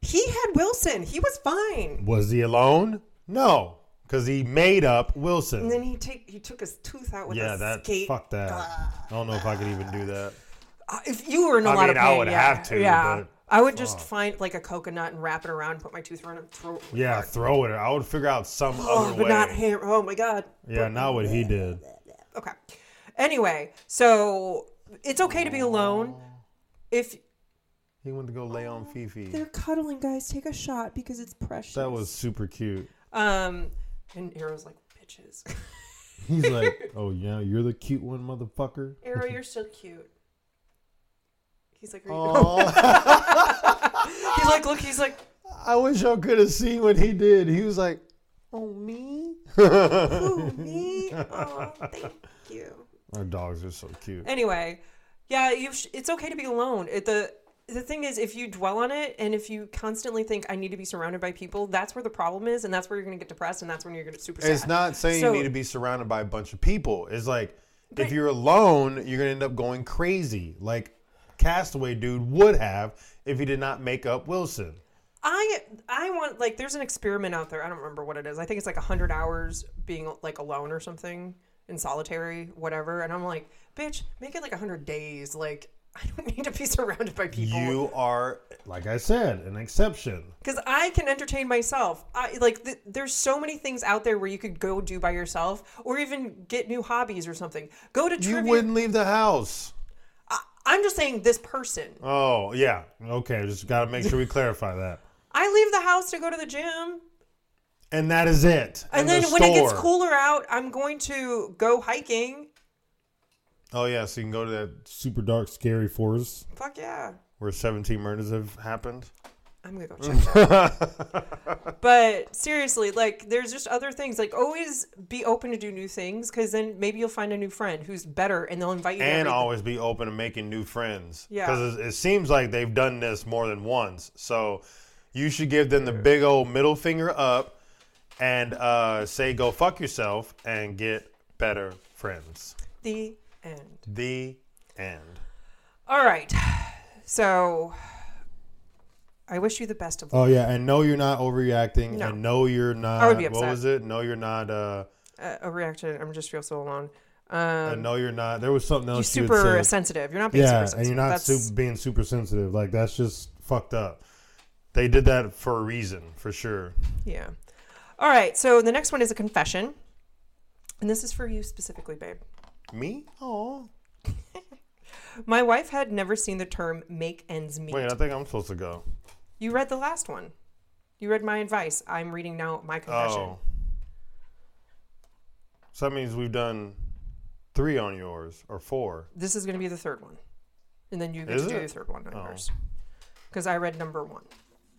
He had Wilson. He was fine. Was he alone? No, because he made up And Wilson. then he take he took his tooth out with Yeah, a that skate. fuck that. I don't know if I could even do that. Uh, If you were in a I lot mean, of I pain, would yeah, have to, Yeah, but I would just find like a coconut and wrap it around, and put my tooth around, and throw. Yeah, throw it. I would figure out some Oh, other but way. not him. Oh my god. yeah, not what he did. Okay. Anyway, so it's okay to be alone. If He went to go lay on Fifi. they're cuddling, guys, take a shot because it's precious. That was super cute. um, and Arrow's like bitches. He's like, "Oh yeah, you're the cute one, motherfucker." Arrow, you're so cute. He's like, are you? Oh, He's like, look. He's like, I wish y'all could have seen what he did. He was like, "Oh me." Our ooh me. Oh, thank you. dogs are so cute. anyway yeah you sh- it's okay to be alone it, the the thing is if you dwell on it and if you constantly think i need to be surrounded by people that's where the problem is and that's where you're going to get depressed and that's when you're going to super sad. It's not saying So- you need to be surrounded by a bunch of people. It's like But- if you're alone, you're gonna end up going crazy, like Castaway dude would have if he did not make up Wilson. i i want like there's an experiment out there i don't remember what it is i think it's like 100 hours being like alone or something in solitary whatever and i'm like bitch make it like 100 days like i don't need to be surrounded by people You are, like I said, an exception. because I can entertain myself. I like th- there's so many things out there where you could go do by yourself, or even get new hobbies or something. Go to You trivia. wouldn't leave the house. I'm just saying this person. Oh yeah. Okay. Just got to make sure we clarify that. I leave the house to go to the gym, And that is it. and, the then when it gets store. cooler out, I'm going to go hiking. Oh yeah. So you can go to that super dark, scary forest Fuck yeah, where 17 murders have happened. I'm gonna go check. That. out. but seriously, like there's just other things. Like always be open to do new things, because then maybe you'll find a new friend who's better, and they'll invite you. to And everything. always be open to making new friends. Yeah. Because it, it seems like they've done this more than once. So you should give them the big old middle finger up and uh, say go fuck yourself and get better friends. the end. The end. All right. So I wish you the best of luck. Oh yeah, and no, you're not overreacting, No. and no, you're not. would be What upset. was it? No, you're not. Uh, Uh, a reaction. I'm just feel so alone. Um, and no, you're not. There was something you're else you super had said. sensitive. You're not being super Yeah, sensitive. and you're not That's- super, being super sensitive. Like that's just fucked up. They did that for a reason, for sure. Yeah. All right. So the next one is a confession. And this is for you specifically, babe. Me? Oh. My wife had never seen the term make ends meet. Wait, I think I'm supposed to go. You read the last one. You read my advice. I'm reading now my confession. Oh. So that means we've done three on yours or four. This is going to be the third one. And then you get Is to do it? the third one on Oh. yours. Because I read number one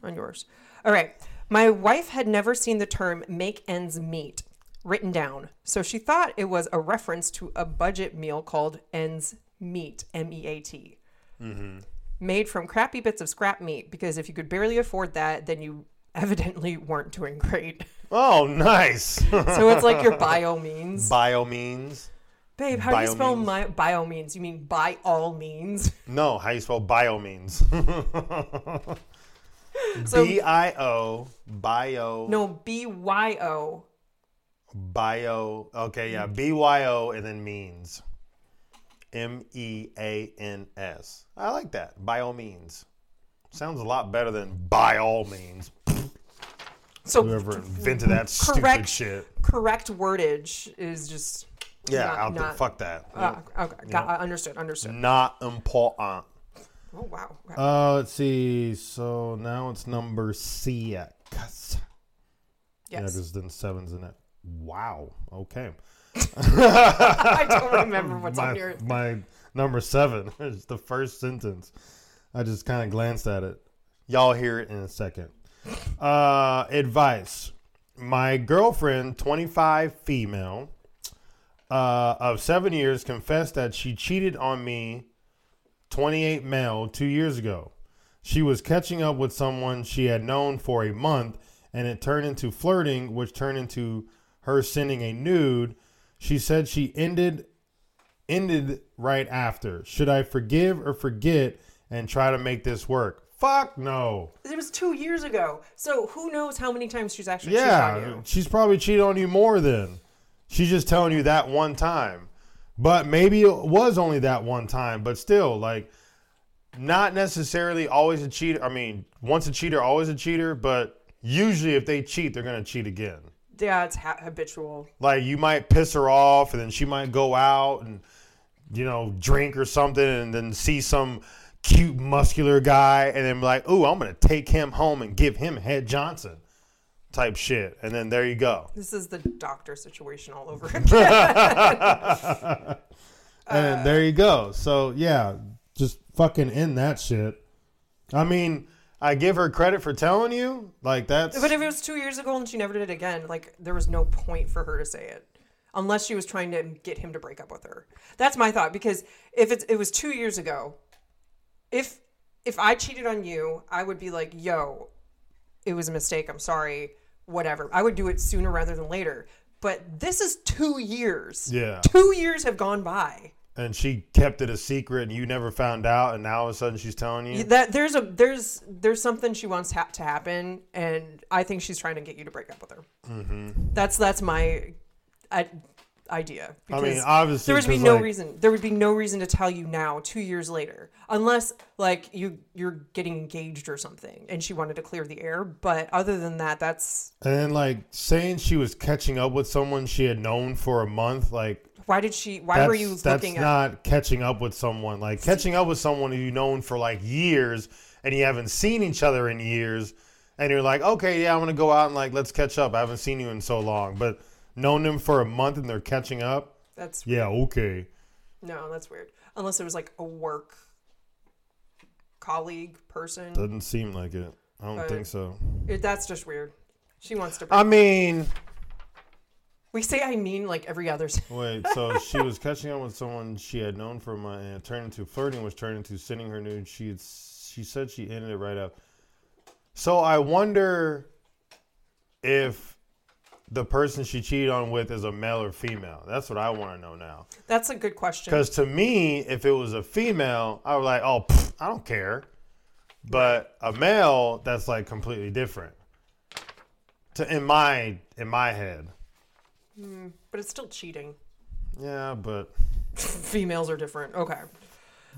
on yours. All right. My wife had never seen the term make ends meet written down. So she thought it was a reference to a budget meal called ends meat, M E A T. Mm-hmm. Made from crappy bits of scrap meat. Because if you could barely afford that, then you evidently weren't doing great. Oh, nice. So it's like your bio means. By all means. Babe, how do you Bio spell means. my bio means? You mean by all means? No, how you spell bio means? So B I O bio no, B Y O. bio. Okay, yeah, B Y O and then means. M E A N S. I like that. By all means. Sounds a lot better than by all means. So Whoever invented that stupid Correct. shit. correct wordage is just Yeah, not, out there. not- Fuck that. Ah, okay, got, understood, understood. Not important. Oh wow, Mm-hmm. Uh, let's see. So now it's number six. Yeah, yes, because then seven's in it. Wow. Okay. I don't remember what's my, on your. my number seven is the first sentence. I just kind of glanced at it. Y'all hear it in a second. Uh, advice. My girlfriend, 25 female, uh, of seven years, confessed that she cheated on me, 28 male, two years ago. She was catching up with someone she had known for a month, and it turned into flirting, which turned into her sending a nude. She said she ended ended right after. Should I forgive or forget and try to make this work? Fuck no. It was two years ago, so who knows how many times she's actually cheated on Yeah, you? she's probably cheated on you more than. She's just telling you that one time. But maybe it was only that one time, but still, like, not necessarily always a cheater. I mean, once a cheater, always a cheater, but usually if they cheat, they're going to cheat again. Yeah, it's ha- habitual. like you might piss her off and then she might go out and you know drink or something and then see some cute muscular guy and then be like ooh i'm gonna take him home and give him head johnson type shit and then there you go This is the doctor situation all over again. and there you go so yeah just fucking end that shit i mean i give her credit for telling you like that's but if it was two years ago and she never did it again, like there was no point for her to say it, unless she was trying to get him to break up with her. That's my thought because if it's, it was two years ago, if if I cheated on you, I would be like, "Yo, it was a mistake. I'm sorry. Whatever." I would do it sooner rather than later. But this is two years. Yeah. two years have gone by. and she kept it a secret and you never found out and now all of a sudden she's telling you That there's a there's there's something she wants ha- to happen, and I think she's trying to get you to break up with her. Mm-hmm. That's that's my I, idea. i Because mean obviously there would be 'cause, no like, reason. There would be no reason to tell you now, two years later, unless like you you're getting engaged or something, and she wanted to clear the air. But other than that, that's And then, like saying she was catching up with someone she had known for a month, like why did she? Why that's, were you that's looking at? not catching up with someone. Like catching up with someone you've known for like years and you haven't seen each other in years, and you're like, okay, yeah, I'm gonna go out and like let's catch up. I haven't seen you in so long, but known them for a month and they're catching up. That's Yeah, okay. no, that's weird. Unless it was like a work colleague person. Doesn't seem like it. I don't think so. It- that's just weird. She wants to. I mean, we say I mean like every other. s- Wait, so she was catching up with someone she had known for a month, and it turned into flirting, which turned into sending her nude. She had, she said she ended it right up. So I wonder if the person she cheated on with is a male or female. That's what I want to know now. That's a good question. Because to me, if it was a female, I was like, oh, pff, I don't care. But a male, that's like completely different. To in my in my head, But it's still cheating. yeah, but. Females are different. Okay.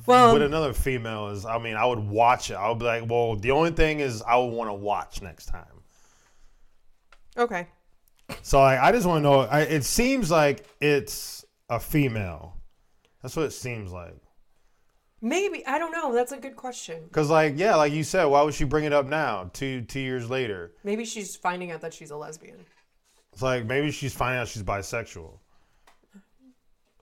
Well, with another female is I mean I would watch it. I would be like, well, the only thing is I would want to watch next time. okay. So like, I just want to know. I, it seems like it's a female. That's what it seems like. Maybe I don't know. That's a good question. Cause like yeah, like you said, why would she bring it up now? Two two years later, Maybe she's finding out that she's a lesbian. it's like maybe she's finding out she's bisexual.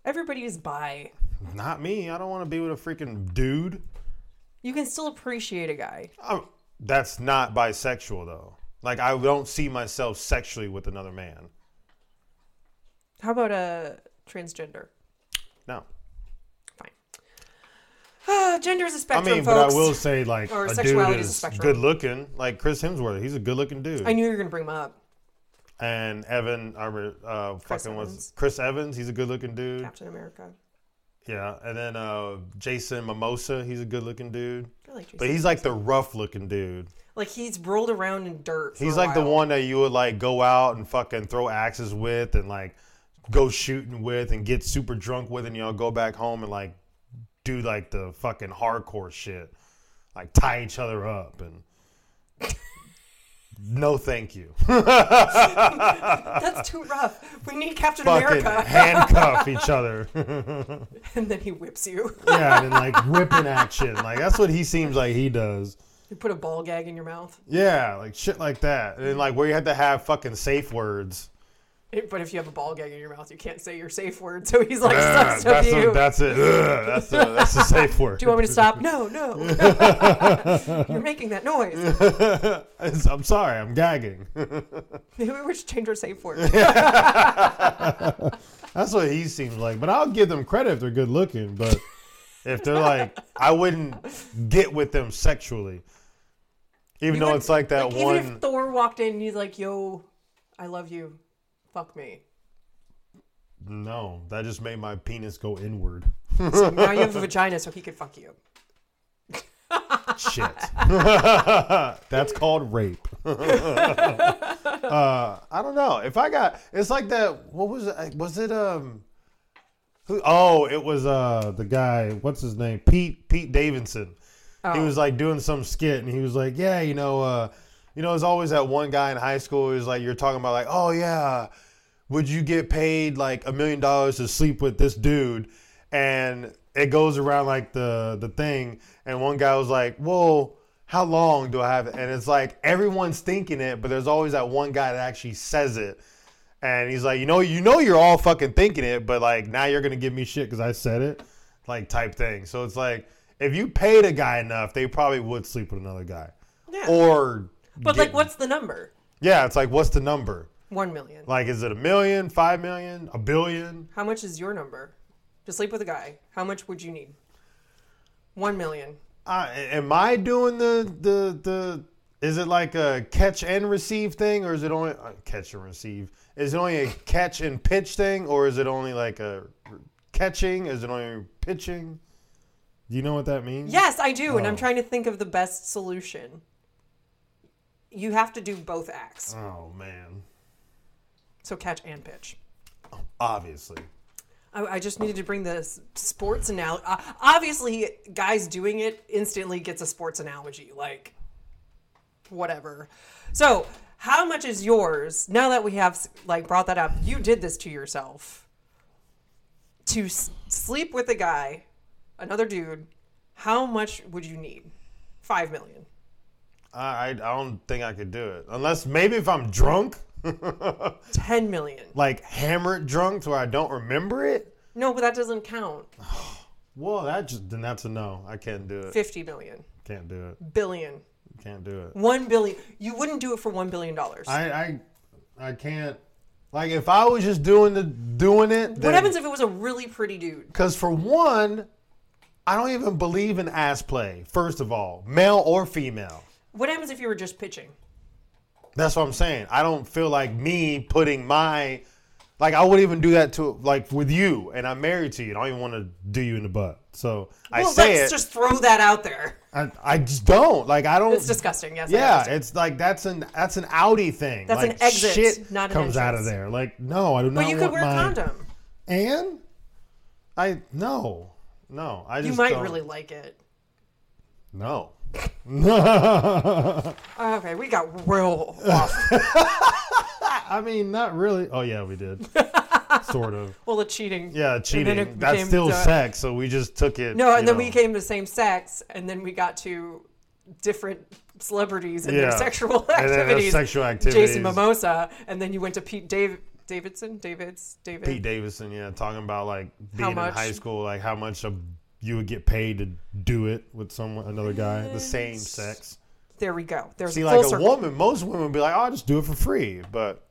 Everybody is bi. Not me. I don't want to be with a freaking dude. You can still appreciate a guy. i that's not bisexual though. Like I don't see myself sexually with another man. How about a transgender? No. Fine. Ah, gender is a I spectrum, mean, but folks. I will say like Or a dude sexuality is a is spectrum. good looking. Like Chris Hemsworth, he's a good looking dude. I knew you were gonna bring him up, and Evan, I re- uh, Chris fucking was Evans. Chris Evans. He's a good looking dude. Captain America. Yeah, and then uh, Jason Mimosa, he's a good looking dude, I like Jason. but he's like the rough looking dude. like he's rolled around in dirt. for He's a like the while. one that you would like go out and fucking throw axes with, and like go shooting with, and get super drunk with, and y'all go back home and like do like the fucking hardcore shit, like tie each other up and. No, thank you. That's too rough. We need Captain Fucking America. handcuff each other. And then he whips you. yeah, and like whipping action. Like that's what he seems like he does. you put a ball gag in your mouth. Yeah, like shit like that. And then, like where you have to have fucking safe words. It- But if you have a ball gag in your mouth, you can't say your safe word. So he's like, sucks that's, with you. the, that's it. Ugh, that's the that's the safe word. Do you want me to stop? No, no. You're making that noise. It's- I'm sorry, I'm gagging. Maybe we should change our safe word. That's what he seems like. But I'll give them credit if they're good looking. But if they're like, I wouldn't get with them sexually. Even You though would- it's like that even one. if Thor walked in and he's like, yo, I love you. Fuck me. no, that just made my penis go inward. So now you have a vagina so he could fuck you. Shit. That's called rape. uh, I don't know. If I got, it's like that. What was it? Was it um? Who, oh, it was uh the guy. What's his name? Pete Pete Davidson. He was like doing some skit, and he was like, "Yeah, you know, uh, you know, there's always that one guy in high school who's like, you're talking about like, oh yeah, would you get paid like a million dollars to sleep with this dude?" And it goes around like the the thing, and one guy was like, "Well, how long do I have?" And it's like everyone's thinking it, but there's always that one guy that actually says it, and he's like, "You know, you know, you're all fucking thinking it, but like now you're gonna give me shit because I said it." like type thing. So it's like if you paid a guy enough, they probably would sleep with another guy. Yeah. Or But get- like, what's the number? Yeah, it's like what's the number? One million. Like is it a million, five million, a billion? How much is your number to sleep with a guy? How much would you need? One million. Uh, am I doing the the the is it like a catch and receive thing or is it only uh, catch and receive? Is it only a catch and pitch thing or is it only like a catching? Is it only pitching? Do you know what that means? Yes, I do, and I'm Oh. trying to think of the best solution. You have to do both acts, Oh man. so catch and pitch. Obviously. I, I just needed to bring the s- sports analogy. Uh, obviously, guys doing it instantly gets a sports analogy, like whatever. So, how much is yours? Now that we have like brought that up, you did this to yourself. To s- sleep with a guy, another dude. How much would you need? Five million. I, I I don't think I could do it unless maybe if I'm drunk, Ten million. like hammered drunk, to where I don't remember it. No, but that doesn't count. Well, that just then that's a no. I can't do it. Fifty million. Can't do it. Billion. Can't do it. One billion. You wouldn't do it for one billion dollars. I I I can't. Like if I was just doing the doing it, What happens if it was a really pretty dude? Because for one, I don't even believe in ass play. First of all, male or female. What happens if you were just pitching? That's what I'm saying. I don't feel like me putting my like I wouldn't even do that to like with you, and I'm married to you. and I don't even want to do you in the butt. So I well, say it. let's just throw that out there. I, I just don't like. I don't. It's disgusting. Yes. I yeah, understand. it's like that's an that's an outy thing. That's an Like, exit, Shit not an comes out of entrance. there. Like no, I do not. But you could want wear a my- condom. And I no no. I just You might don't- really like it. no. Okay, we got real off. I mean, not really. Oh yeah, we did. sort of. well, the cheating. Yeah, then cheating. it That's became still the- sex. So we just took it. No, and you then know. we came to same sex, and then we got to different celebrities and Yeah. their sexual And then their activities. sexual Jason activities. Mimosa, and then you went to Pete Dave, Davidson, David's, David. Pete Davidson, yeah, talking about like How being in much? high school, like how much of you would get paid to do it with someone, another guy, the same sex. There we go. There's See, a like full a circle. woman, most women would be like, "Oh, I'll just do it for free." But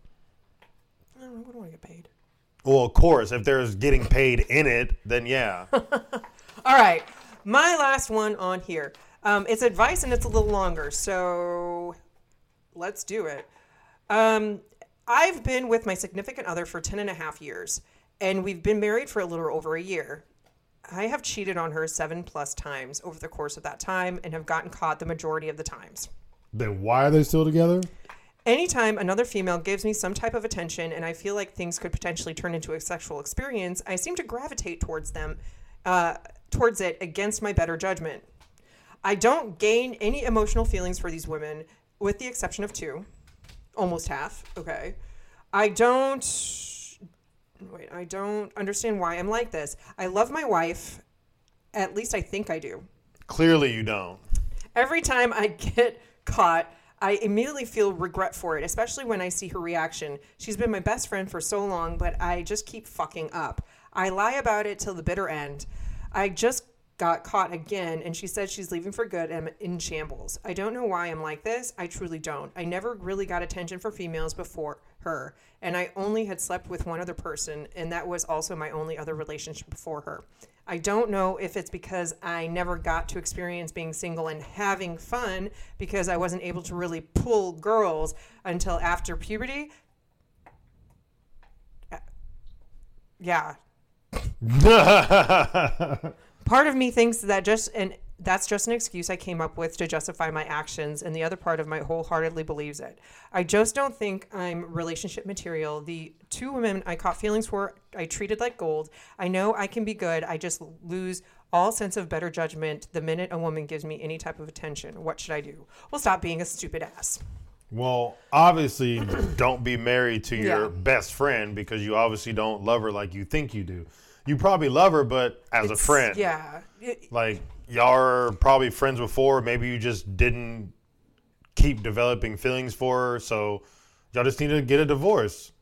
I don't know, I wouldn't want to get paid. well, of course, if there's getting paid in it, then yeah, All right, my last one on here. Um, it's advice and it's a little longer, so let's do it. Um, I've been with my significant other for 10 and a half years, and we've been married for a little over a year. I have cheated on her seven plus times over the course of that time and have gotten caught the majority of the times. then why are they still together? Anytime another female gives me some type of attention and I feel like things could potentially turn into a sexual experience, I seem to gravitate towards them, uh, towards it against my better judgment. I don't gain any emotional feelings for these women, with the exception of two, almost half. Okay. I don't. Wait, I don't understand why I'm like this. I love my wife. At least I think I do. Clearly, you don't. Every time I get caught, I immediately feel regret for it, especially when I see her reaction. She's been my best friend for so long, but I just keep fucking up. I lie about it till the bitter end. I just got caught again, and she says she's leaving for good and I'm in shambles. I don't know why I'm like this. I truly don't. I never really got attention for females before her, and I only had slept with one other person, and that was also my only other relationship before her. I don't know if it's because I never got to experience being single and having fun because I wasn't able to really pull girls until after puberty. Uh, Yeah. Part of me thinks that just and that's just an excuse I came up with to justify my actions and the other part of my wholeheartedly believes it. I just don't think I'm relationship material. The two women I caught feelings for, I treated like gold. I know I can be good. I just lose all sense of better judgment the minute a woman gives me any type of attention. What should I do? Well, stop being a stupid ass. Well, obviously, don't be married to your Yeah. best friend because you obviously don't love her like you think you do. You probably love her, but as a friend, Yeah. It- like y'all are probably friends before. Maybe you just didn't keep developing feelings for her, so y'all just need to get a divorce.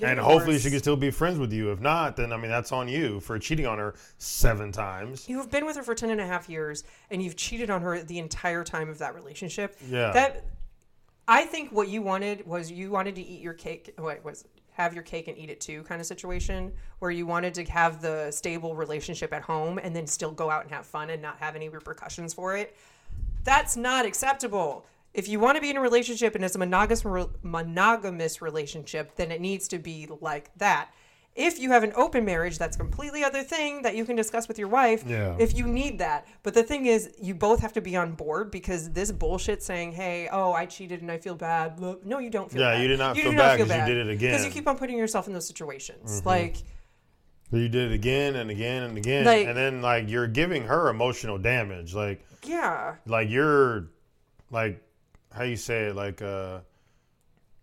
a and hopefully, she divorce. can still be friends with you. If not, then I mean that's on you for cheating on her seven times. you have been with her for 10 and a half years and you've cheated on her the entire time of that relationship Yeah. that i think what you wanted was you wanted to eat your cake what was it? have your cake and eat it too kind of situation where you wanted to have the stable relationship at home and then still go out and have fun and not have any repercussions for it that's not acceptable if you want to be in a relationship and it's a monogamous monogamous relationship then it needs to be like that if you have an open marriage that's a completely other thing that you can discuss with your wife Yeah. if you need that but the thing is you both have to be on board because this bullshit saying hey oh i cheated and i feel bad blah- no you don't feel Yeah, bad you did not feel bad 'cause you did it because you again. Mm-hmm. keep on putting yourself in those situations like You did it again and again and again, Like- and then like you're giving her emotional damage, like. yeah like you're like how you say it like uh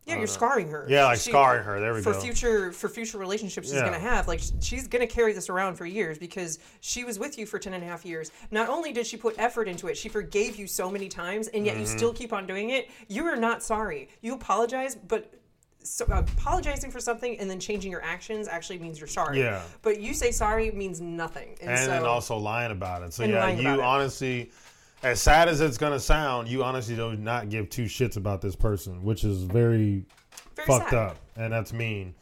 yeah you're scarring her yeah like She- scarring her there we for go future for future relationships she's Yeah. going to have like sh- she's going to carry this around for years because she was with you for 10 and a half years not only did she put effort into it she forgave you so many times and yet you Mm-hmm. still keep on doing it you are not sorry you apologize but so, uh, apologizing for something and then changing your actions actually means you're sorry Yeah. but you say sorry means nothing and, and so then also lying about it so And yeah lying you about it. honestly as sad as it's gonna sound you honestly do not give two shits about this person which is very, very fucked sad. up and that's mean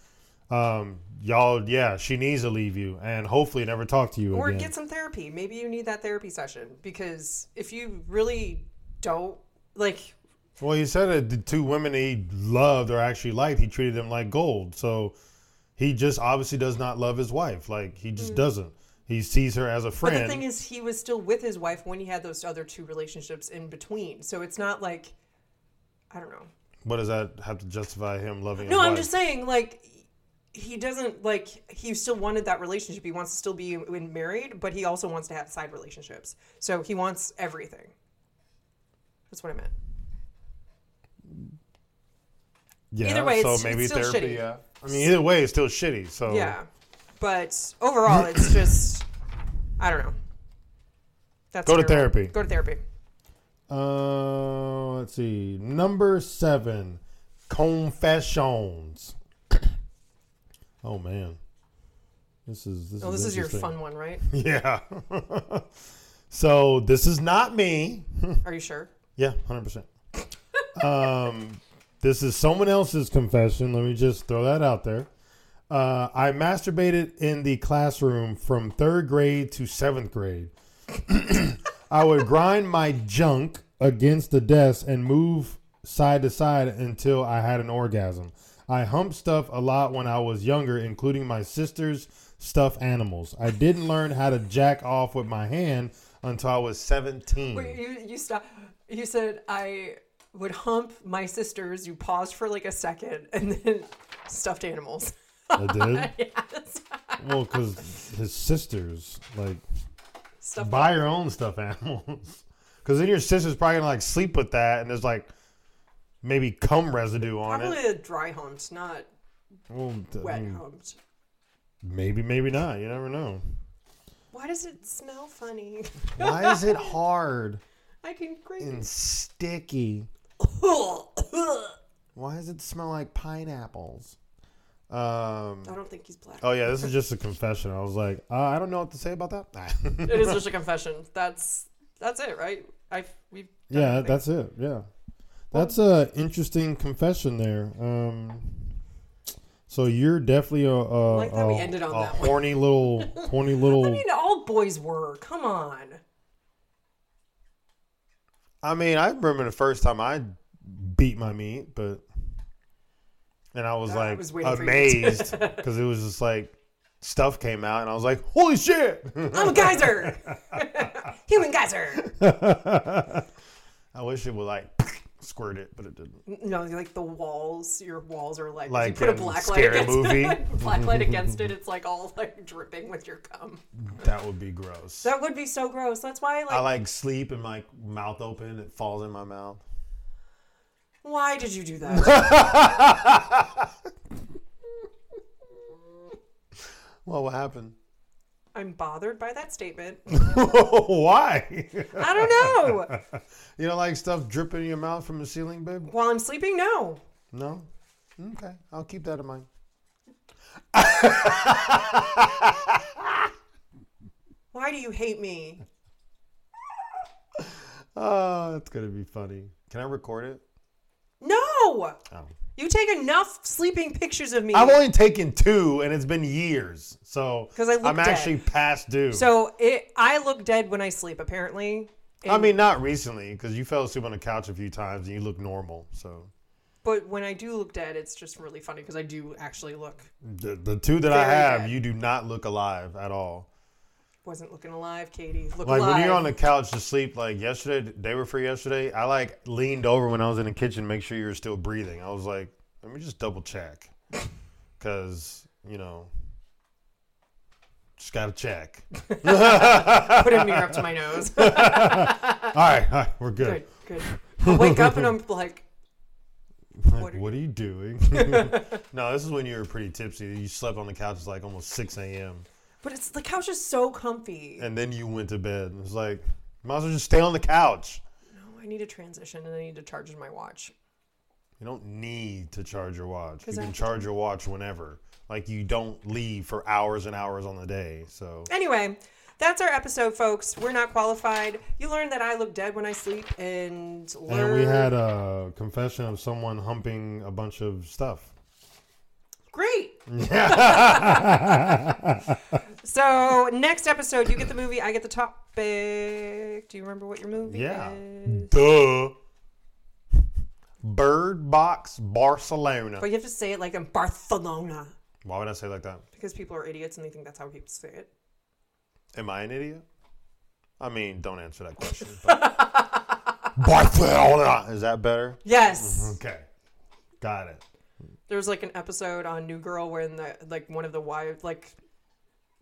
um y'all yeah she needs to leave you and hopefully never talk to you or again get some therapy. Maybe you need that therapy session because if you really don't like well he said that the two women he loved or actually liked he treated them like gold so he just obviously does not love his wife like he just doesn't he sees her as a Hmm. But friend the thing is, he was still with his wife when he had those other two relationships in between. So it's not like, I don't know. What does that have to justify him loving? No, his I'm wife? just saying, like, he doesn't, like, he still wanted that relationship. He wants to still be in married, but he also wants to have side relationships. So he wants everything. That's what I meant. yeah, either way, So it's- maybe it's still shitty. therapy. Yeah, I mean, either way, it's still shitty. So Yeah. But overall, it's just, I don't know. That's Go where to we're at. therapy. Go to therapy. Uh, let's see. Number seven, confessions. Oh man, this is this. Oh, is, this is your interesting. fun one, right? Yeah. so this is not me. Are you sure? Yeah, hundred percent. Um, this is someone else's confession. Let me just throw that out there. Uh, I masturbated in the classroom from third grade to seventh grade. I would grind my junk against the desk and move side to side until I had an orgasm. I humped stuff a lot when I was younger, including my sister's stuffed animals. I didn't learn how to jack off with my hand until I was 17. Wait, you you stop. You said I would hump my sisters. You paused for like a second, and then stuffed animals. I did. yes, Well, because his sisters like stuffed. buy your own stuffed animals. Because then your sister's probably gonna like sleep with that, and there's like maybe cum residue on it. Mm. Probably a dry humped, not Well, I wet mean, humped. maybe, maybe not. You never know. Why does it smell funny? Why is it hard I can and grate. sticky? I Why does it smell like pineapples? Um. don't think he's black. Oh yeah, this is just a confession. I was like, uh, I don't know what to say about that. It is just a confession. That's that's it, right? I we. yeah, that's it. Yeah, that's a interesting confession there. Um, so you're definitely a, a, like that we a- ended on a that one. horny little, horny little. I mean, all boys were. Come on. I mean, I remember the first time I beat my meat, but and I was I like was waiting for you to- amazed because it was just like stuff came out, and I was like, "Holy shit!" I'm a geyser. Human geyser. I wish it would like squirt it, but it didn't. No, like the walls. Your walls are like, Like like you put a in black light Scary against Movie. it. black light against it. It's like all like dripping with your cum. That would be gross. That would be so gross. That's why like, I like sleep and like mouth open, it falls in my mouth. why did you do that? Well, what happened? I'm bothered by that statement. Why? I don't know. you don't like stuff dripping in your mouth from the ceiling, babe? While I'm sleeping, no. No? Okay, I'll keep that in mind. Why do you hate me? Oh, that's gonna be funny. Can I record it? No. Oh. You take enough sleeping pictures of me. I've only taken two, and it's been years, so 'Cause I look I'm dead. actually past due. so it, I look dead when I sleep, apparently. I mean, not recently, because you fell asleep on the couch a few times and you look normal. So But when I do look dead, it's just really funny because I do actually look. the, the two that I Very have, dead. you do not look alive at all. Wasn't looking alive, Katie. Look Like alive. when you're on the couch to sleep, like yesterday, the day before yesterday, I like leaned over when I was in the kitchen, to make sure you were still breathing. I was like, let me just double check, because you know, just gotta check. Put a mirror up to my nose. all, right, all right, we're good. good, good. I wake up and I'm like, Like, What what, are are you- you doing? no, this is when you were pretty tipsy. You slept on the couch it's like almost six a.m. but it's the couch is so comfy. and then you went to bed. It was like, might as well just stay on the couch. No, Oh, I need a transition and I need to charge my watch. You don't need to charge your watch. You I- can charge your watch whenever. Like you don't leave for hours and hours on the day. So Anyway, that's our episode, folks. We're not qualified. You learned that I look dead when I sleep and learn. and we had a confession of someone humping a bunch of stuff. Great. so next episode, you get the movie, I get the topic. Do you remember what your movie Yeah. is? Duh. Bird Box Barcelona. But you have to say it like in Barcelona Why would I say it like that? because people are idiots and they think that's how people say it. Am I an idiot? I mean, don't answer that question. but- Barcelona. Is that better? Yes. Okay. Got it. There was like an episode on New Girl where in the like one of the wives like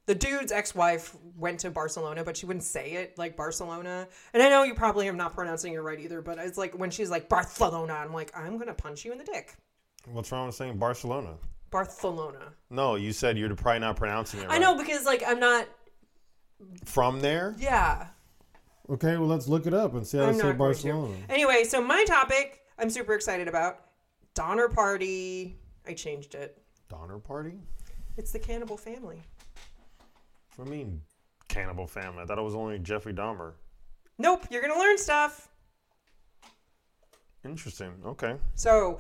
the dude's ex-wife went to Barcelona, but she wouldn't say it like Barcelona. And I know you probably am not pronouncing it right either, but it's like when she's like Barcelona, I'm like, I'm gonna punch you in the dick. What's wrong with saying Barcelona? Barcelona. No, you said you're probably not pronouncing it right. I know because like I'm not From there? yeah. Okay, well, let's look it up and see how I'm to say not going to. Barcelona. Anyway, so my topic I'm super excited about. Donner party. I changed it. Donner Party? It's the cannibal family. What do you mean, Cannibal Family? I thought it was only Jeffrey Dahmer. Nope, you're gonna learn stuff. Interesting. Okay. So,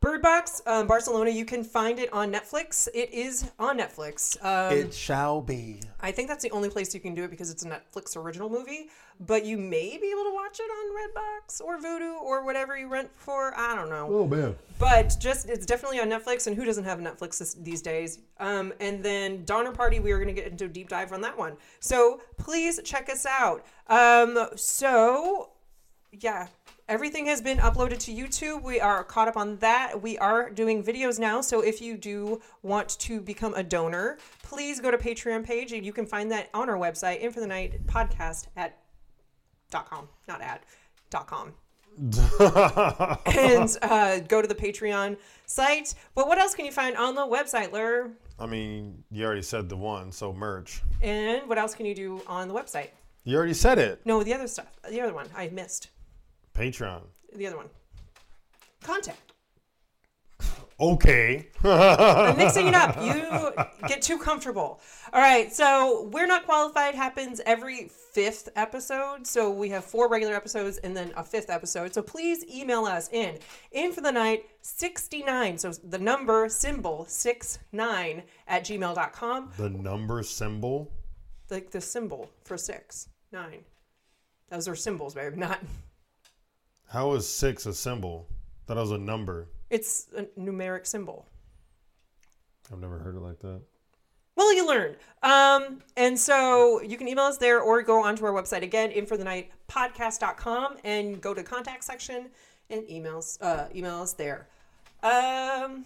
Bird Box, um, Barcelona. You can find it on Netflix. It is on Netflix. Um, It shall be. I think that's the only place you can do it because it's a Netflix original movie. But you may be able to watch it on Redbox or Vudu or whatever you rent for. I don't know. Oh man. But just it's definitely on Netflix, and who doesn't have Netflix this, these days? Um, and then Donner Party, we are going to get into a deep dive on that one. So please check us out. Um, so yeah, everything has been uploaded to YouTube. We are caught up on that. We are doing videos now. So if you do want to become a donor, please go to Patreon page, and you can find that on our website, In for the Night Podcast at dot com, not at dot com and uh, go to the Patreon site. But what else can you find on the website, Lur? I mean, you already said the one, so merch. And what else can you do on the website? You already said it. No, the other stuff. The other one I missed. Patreon. The other one. Contact. Okay. I'm mixing it up. You get too comfortable. All right. So we're not qualified happens every fifth episode. So we have four regular episodes and then a fifth episode. So please email us in in for the night 69. So the number symbol 69 at gmail.com. the number symbol. like the symbol for six, nine. Those are symbols, babe. Not How is six a symbol? That was a number. it's a numeric symbol. I've never heard it like that. Well, you learn. Um, and so you can email us there or go onto our website again, infothenightpodcast.com, and go to contact section and emails uh, email us there. Um,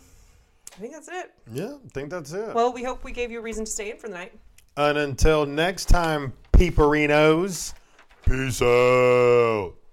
I think that's it. Yeah, I think that's it. Well, we hope we gave you a reason to stay in for the night. and until next time, peeperinos, peace out.